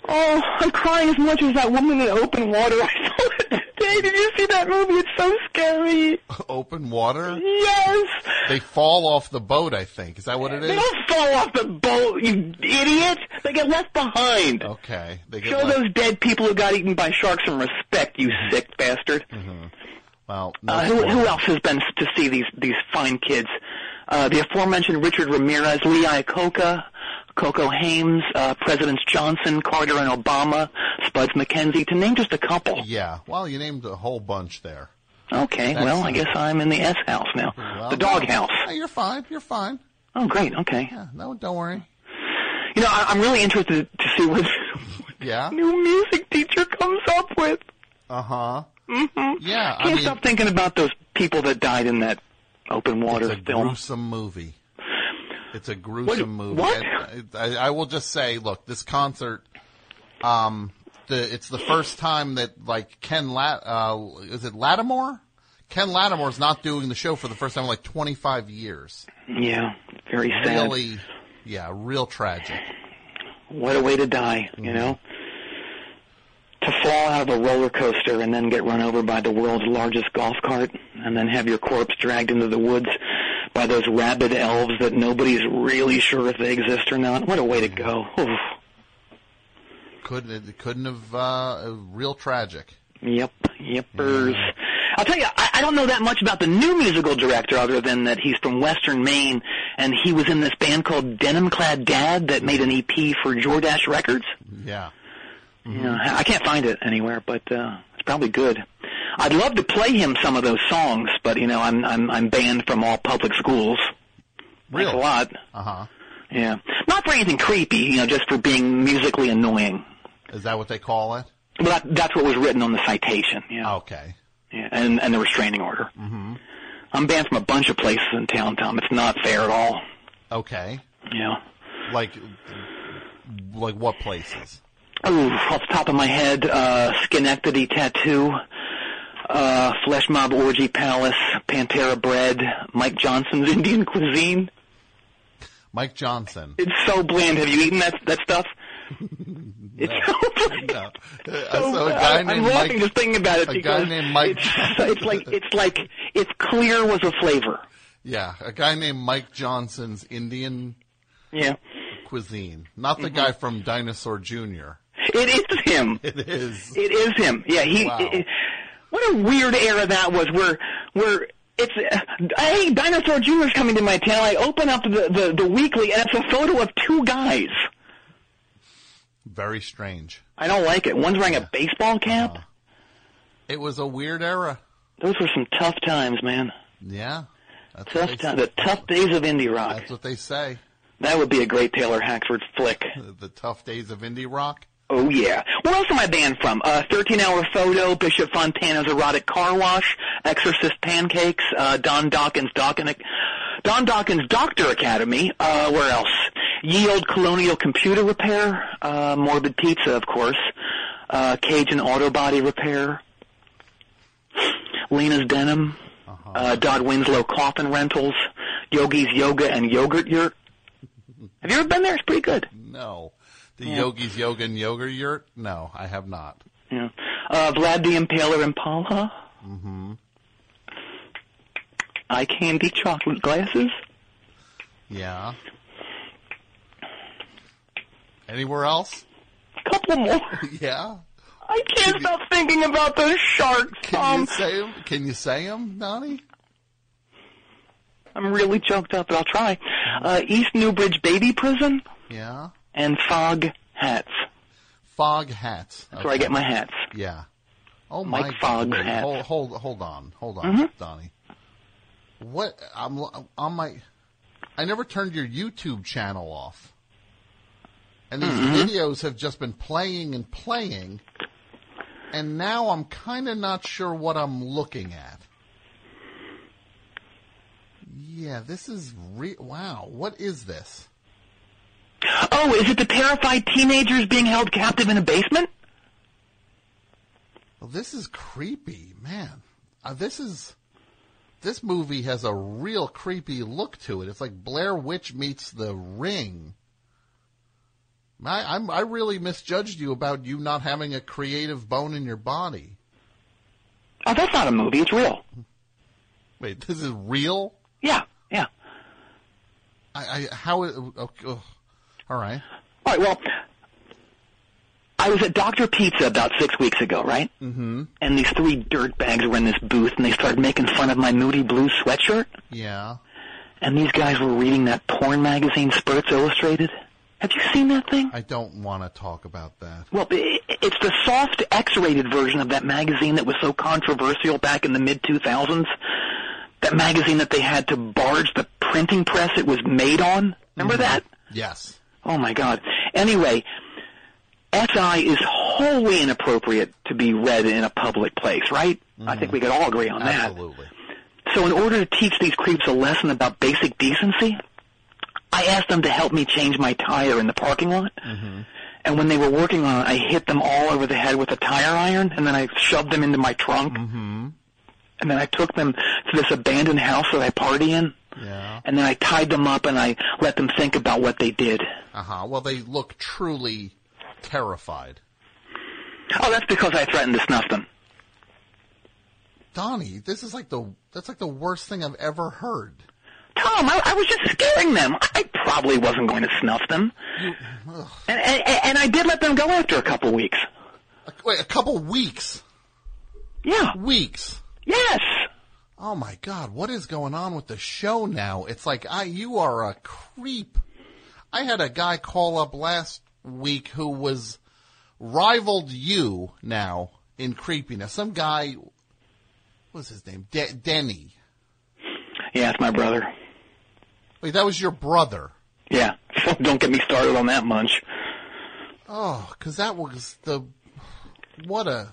[SPEAKER 3] Oh, I'm crying as much as that woman in open water I saw it today. Did you see that movie? It's so scary.
[SPEAKER 2] Open water.
[SPEAKER 3] Yes.
[SPEAKER 2] They fall off the boat, I think. Is that what it
[SPEAKER 3] They
[SPEAKER 2] is?
[SPEAKER 3] don't fall off the boat, you idiot! They get left behind.
[SPEAKER 2] Oh, Okay. They get
[SPEAKER 3] Show
[SPEAKER 2] left-
[SPEAKER 3] those dead people who got eaten by sharks some respect, you sick bastard.
[SPEAKER 2] Well, no
[SPEAKER 3] Uh, who,
[SPEAKER 2] spoilers.
[SPEAKER 3] who else has been to see these these fine kids? Uh, the aforementioned Richard Ramirez, Lee Iacocca, Coco Hames, uh, Presidents Johnson, Carter, and Obama, Spuds McKenzie, to name just a couple.
[SPEAKER 2] Yeah. Well, you named a whole bunch there.
[SPEAKER 3] Okay, well, I guess I'm in the S house now,
[SPEAKER 2] Well,
[SPEAKER 3] the
[SPEAKER 2] no,
[SPEAKER 3] dog house.
[SPEAKER 2] no, you're fine. You're fine.
[SPEAKER 3] Oh, great. Okay.
[SPEAKER 2] Yeah. No, don't worry.
[SPEAKER 3] You know, I, I'm really interested to see what
[SPEAKER 2] Yeah.
[SPEAKER 3] new music teacher comes up with.
[SPEAKER 2] Uh huh. Mm-hmm. Yeah.
[SPEAKER 3] Can't
[SPEAKER 2] I mean,
[SPEAKER 3] stop thinking about those people that died in that open water
[SPEAKER 2] it's a
[SPEAKER 3] film.
[SPEAKER 2] gruesome movie. It's a gruesome movie.
[SPEAKER 3] what?
[SPEAKER 2] And I, I will just say, look, this concert. Um, the it's the first time that like Ken Lat uh is it Lattimore? Ken Lattimore's not doing the show for the first time in like 25 years.
[SPEAKER 3] Yeah, very sad.
[SPEAKER 2] Really, yeah, real tragic.
[SPEAKER 3] What a way to die, you know? To fall out of a roller coaster and then get run over by the world's largest golf cart and then have your corpse dragged into the woods by those rabid elves that nobody's really sure if they exist or not. What a way to go. Oof.
[SPEAKER 2] Couldn't it couldn't have uh real tragic.
[SPEAKER 3] Yep, yippers. I'll tell you, I, I don't know that much about the new musical director other than that he's from Western Maine and he was in this band called Denim Clad Dad that made an EP for Jordash Records.
[SPEAKER 2] Yeah.
[SPEAKER 3] Yeah, I can't find it anywhere, but uh, it's probably good. I'd love to play him some of those songs, but you know, I'm I'm I'm banned from all public schools. That's a
[SPEAKER 2] Really?
[SPEAKER 3] lot.
[SPEAKER 2] Uh-huh.
[SPEAKER 3] Yeah, not for anything creepy, you know, just for being musically annoying.
[SPEAKER 2] Is that what they call it?
[SPEAKER 3] Well, that, that's what was written on the citation.
[SPEAKER 2] Oh.
[SPEAKER 3] Yeah.
[SPEAKER 2] Okay.
[SPEAKER 3] yeah, and and the restraining order. Mm-hmm. I'm banned from a bunch of places in town, Tom. It's not fair at all.
[SPEAKER 2] Okay.
[SPEAKER 3] Yeah.
[SPEAKER 2] Like like what places?
[SPEAKER 3] Ooh, off the top of my head, uh, Schenectady Tattoo, uh, Flesh Mob Orgy Palace, Pantera Bread, Mike Johnson's Indian Cuisine.
[SPEAKER 2] Mike Johnson.
[SPEAKER 3] It's so bland. Have you eaten that that stuff? It's so bland.
[SPEAKER 2] No. Uh, so a guy
[SPEAKER 3] I'm
[SPEAKER 2] named
[SPEAKER 3] laughing
[SPEAKER 2] Mike
[SPEAKER 3] just thinking about it
[SPEAKER 2] a guy
[SPEAKER 3] because
[SPEAKER 2] named Mike
[SPEAKER 3] it's,
[SPEAKER 2] Johnson.
[SPEAKER 3] it's like it's like it's clear was a flavor.
[SPEAKER 2] Yeah, a guy named Mike Johnson's Indian
[SPEAKER 3] Yeah,
[SPEAKER 2] cuisine. Not the
[SPEAKER 3] Mm-hmm.
[SPEAKER 2] guy from Dinosaur Jr.
[SPEAKER 3] it is him.
[SPEAKER 2] It is.
[SPEAKER 3] It is him. Yeah, he.
[SPEAKER 2] Wow.
[SPEAKER 3] It, what a weird era that was, where where it's uh, hey, Dinosaur Jr.'s coming to my town. I open up the, the the weekly, and it's a photo of two guys.
[SPEAKER 2] Very strange.
[SPEAKER 3] I don't like it. One's wearing a baseball cap.
[SPEAKER 2] It was a weird era.
[SPEAKER 3] Those were some tough times, man.
[SPEAKER 2] Yeah. That's what
[SPEAKER 3] Tough
[SPEAKER 2] they-
[SPEAKER 3] times. The tough days of indie rock.
[SPEAKER 2] That's what they say.
[SPEAKER 3] That would be a great Taylor Hackford flick.
[SPEAKER 2] The tough days of indie rock.
[SPEAKER 3] Oh yeah. What else am I banned from? Uh, 13 Hour Photo, Bishop Fontana's Erotic Car Wash, Exorcist Pancakes, uh, Don Dawkins Dawkins, Don Dawkins Doctor Academy, uh, where else? Ye Old Colonial Computer Repair, uh, Morbid Pizza, of course, uh, Cajun Auto Body Repair, Lena's Denim, uh, Dodd Winslow Coffin Rentals, Yogi's Yoga and Yogurt Yurt. Have you ever been there? It's pretty good.
[SPEAKER 2] No. The
[SPEAKER 3] Mm.
[SPEAKER 2] Yogi's Yoga and Yoga Yurt? No, I have not.
[SPEAKER 3] Yeah. Uh, Vlad the Impaler Impala. Mm-hmm. Eye candy chocolate glasses.
[SPEAKER 2] Yeah. Anywhere else?
[SPEAKER 3] A couple more.
[SPEAKER 2] Yeah.
[SPEAKER 3] I can't stop thinking about those sharks,
[SPEAKER 2] Can you
[SPEAKER 3] Um,
[SPEAKER 2] say 'em? Can you say 'em, Donnie?
[SPEAKER 3] I'm really choked up, but I'll try.
[SPEAKER 2] Mm-hmm.
[SPEAKER 3] Uh, East Newbridge Baby Prison
[SPEAKER 2] Yeah.
[SPEAKER 3] and Fog Hats.
[SPEAKER 2] Fog hats.
[SPEAKER 3] That's where I get my hats.
[SPEAKER 2] Yeah. Oh
[SPEAKER 3] Mike
[SPEAKER 2] my
[SPEAKER 3] Fogg's
[SPEAKER 2] God. Wait,
[SPEAKER 3] hat. Mm-hmm.
[SPEAKER 2] Hold, hold hold on. Hold on, Donnie. What I'm l- on my I never turned your YouTube channel off. And these
[SPEAKER 3] Mm-hmm.
[SPEAKER 2] videos have just been playing and playing. And now I'm kind of not sure what I'm looking at. Yeah, this is re- wow. What is this?
[SPEAKER 3] Oh, is it the terrified teenagers being held captive in a basement?
[SPEAKER 2] Well, this is creepy, man. Uh, this is this movie has a real creepy look to it. It's like Blair Witch meets The Ring. I I'm, I really misjudged you about you not having a creative bone in your body.
[SPEAKER 3] Oh, that's not a movie. It's real.
[SPEAKER 2] Wait, this is real?
[SPEAKER 3] Yeah, yeah.
[SPEAKER 2] I, I how it- okay, ugh. all right.
[SPEAKER 3] All right, well, I was at Dr. Pizza about six weeks ago, right? Mm-hmm. And these three dirtbags were in this booth, and they started making fun of my moody blue sweatshirt.
[SPEAKER 2] Yeah.
[SPEAKER 3] And these guys were reading that porn magazine, Spurts Illustrated. Have you seen that thing?
[SPEAKER 2] I don't want to talk about that.
[SPEAKER 3] Well, i- i- it's the soft X-rated version of that magazine that was so controversial back in the mid 2000s. That magazine that they had to barge the printing press it was made on. Remember that?
[SPEAKER 2] Yes.
[SPEAKER 3] Oh my God. Anyway, SI is wholly inappropriate to be read in a public place, right? I think we could all agree on that.
[SPEAKER 2] Absolutely.
[SPEAKER 3] So in order to teach these creeps a lesson about basic decency, I asked them to help me change my tire in the parking lot. And when they were working on it, I hit them all over the head with a tire iron, and then I shoved them into my trunk. Mm-hmm. And then I took them to this abandoned house that I party in,
[SPEAKER 2] Yeah.
[SPEAKER 3] and then I tied them up and I let them think about what they did.
[SPEAKER 2] Uh huh. Well, they look truly terrified.
[SPEAKER 3] Oh, that's because I threatened to snuff them.
[SPEAKER 2] Donnie, this is like the that's like the worst thing I've ever heard.
[SPEAKER 3] Tom, I, I was just scaring them. I probably wasn't going to snuff them. And, and, and I did let them go after a couple weeks.
[SPEAKER 2] Wait, a couple weeks.
[SPEAKER 3] Yeah.
[SPEAKER 2] Weeks.
[SPEAKER 3] Yes.
[SPEAKER 2] Oh my god, what is going on with the show now? It's like I you are a creep. I had a guy call up last week who was rivaled you now in creepiness. Some guy what was his name? De- Denny.
[SPEAKER 3] Yeah, it's my brother.
[SPEAKER 2] Wait, that was your brother.
[SPEAKER 3] Yeah. So don't get me started on that munch.
[SPEAKER 2] Oh, cuz that was the what a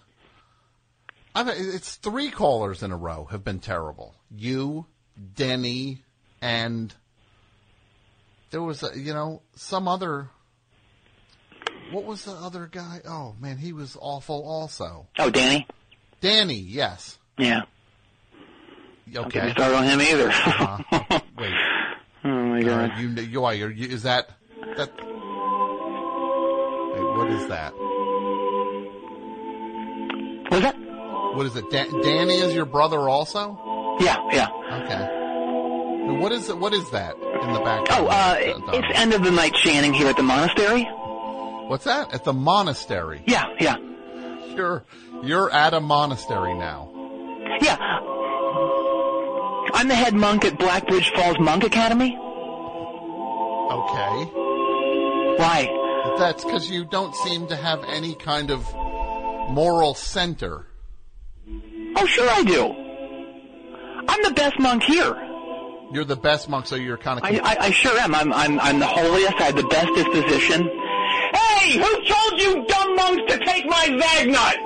[SPEAKER 2] I mean, it's three callers in a row have been terrible. You, Denny, and there was a, you know some other. What was the other guy? Oh man, he was awful. Also,
[SPEAKER 3] Oh, Danny?
[SPEAKER 2] Danny. Yes.
[SPEAKER 3] Yeah. Don't get
[SPEAKER 2] Okay.
[SPEAKER 3] me started on him either.
[SPEAKER 2] Wait.
[SPEAKER 3] oh my
[SPEAKER 2] All
[SPEAKER 3] god.
[SPEAKER 2] right, you, you why are you, is that that? Wait, what is that?
[SPEAKER 3] Was that?
[SPEAKER 2] What is it? Da- Danny is your brother also?
[SPEAKER 3] Yeah, yeah.
[SPEAKER 2] Okay. What is it? What is that in the background?
[SPEAKER 3] Oh, uh,
[SPEAKER 2] Don?
[SPEAKER 3] it's end of the night chanting here at the monastery.
[SPEAKER 2] What's that? At the monastery.
[SPEAKER 3] Yeah, yeah.
[SPEAKER 2] You're you're at a monastery now.
[SPEAKER 3] Yeah. I'm the head monk at Blackbridge Falls Monk Academy.
[SPEAKER 2] Okay.
[SPEAKER 3] Why?
[SPEAKER 2] That's because you don't seem to have any kind of moral center.
[SPEAKER 3] Oh, sure I do. I'm the best monk here.
[SPEAKER 2] You're the best monk, so you're kind of.
[SPEAKER 3] I, I, I sure am. I'm, I'm, I'm the holiest. I have the best disposition. Hey, who told you dumb monks to take my vag nut?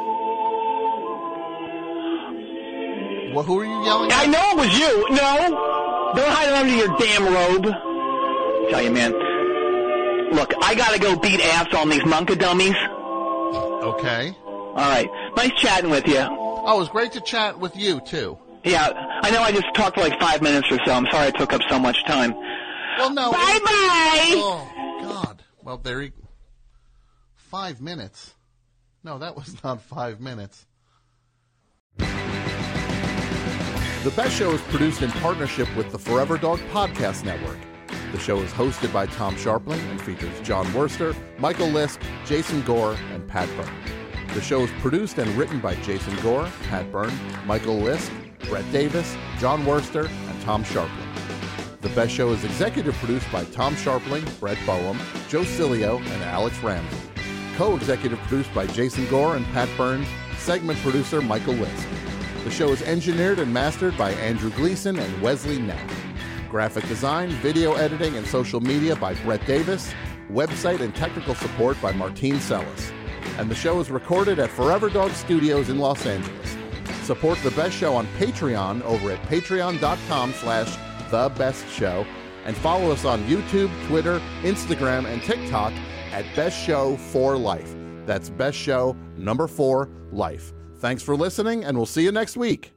[SPEAKER 2] Well, who are you yelling
[SPEAKER 3] I
[SPEAKER 2] at?
[SPEAKER 3] know it was you. No, don't hide it under your damn robe. Tell you, man. Look, I gotta go beat ass on these monka dummies.
[SPEAKER 2] Okay.
[SPEAKER 3] All right, nice chatting with you.
[SPEAKER 2] Oh, it was great to chat with you too.
[SPEAKER 3] Yeah, I know I just talked for like five minutes or so. I'm sorry I took up so much time.
[SPEAKER 2] Well, no.
[SPEAKER 3] Bye
[SPEAKER 2] it-
[SPEAKER 3] bye.
[SPEAKER 2] Oh God. Well, there. He, five minutes. No, that was not five minutes.
[SPEAKER 5] The Best Show is produced in partnership with the Forever Dog Podcast Network. The show is hosted by Tom Sharpling and features John Worster, Michael Lisk, Jason Gore, and Pat Byrne. The show is produced and written by Jason Gore, Pat Byrne, Michael Lisk, Brett Davis, John Worster, and Tom Sharpling. The Best Show is executive produced by Tom Sharpling, Brett Boehm, Joe Cilio, and Alex Ramsey. Co-executive produced by Jason Gore and Pat Byrne, segment producer Michael Lisk. The show is engineered and mastered by Andrew Gleason and Wesley Knapp. Graphic design, video editing, and social media by Brett Davis. Website and technical support by Martine Sellis. And the show is recorded at Forever Dog Studios in Los Angeles. Support The Best Show on Patreon over at patreon.com slash The Best Show. And follow us on YouTube, Twitter, Instagram, and TikTok at Best Show for Life. That's Best Show number four, Life. Thanks for listening, and we'll see you next week.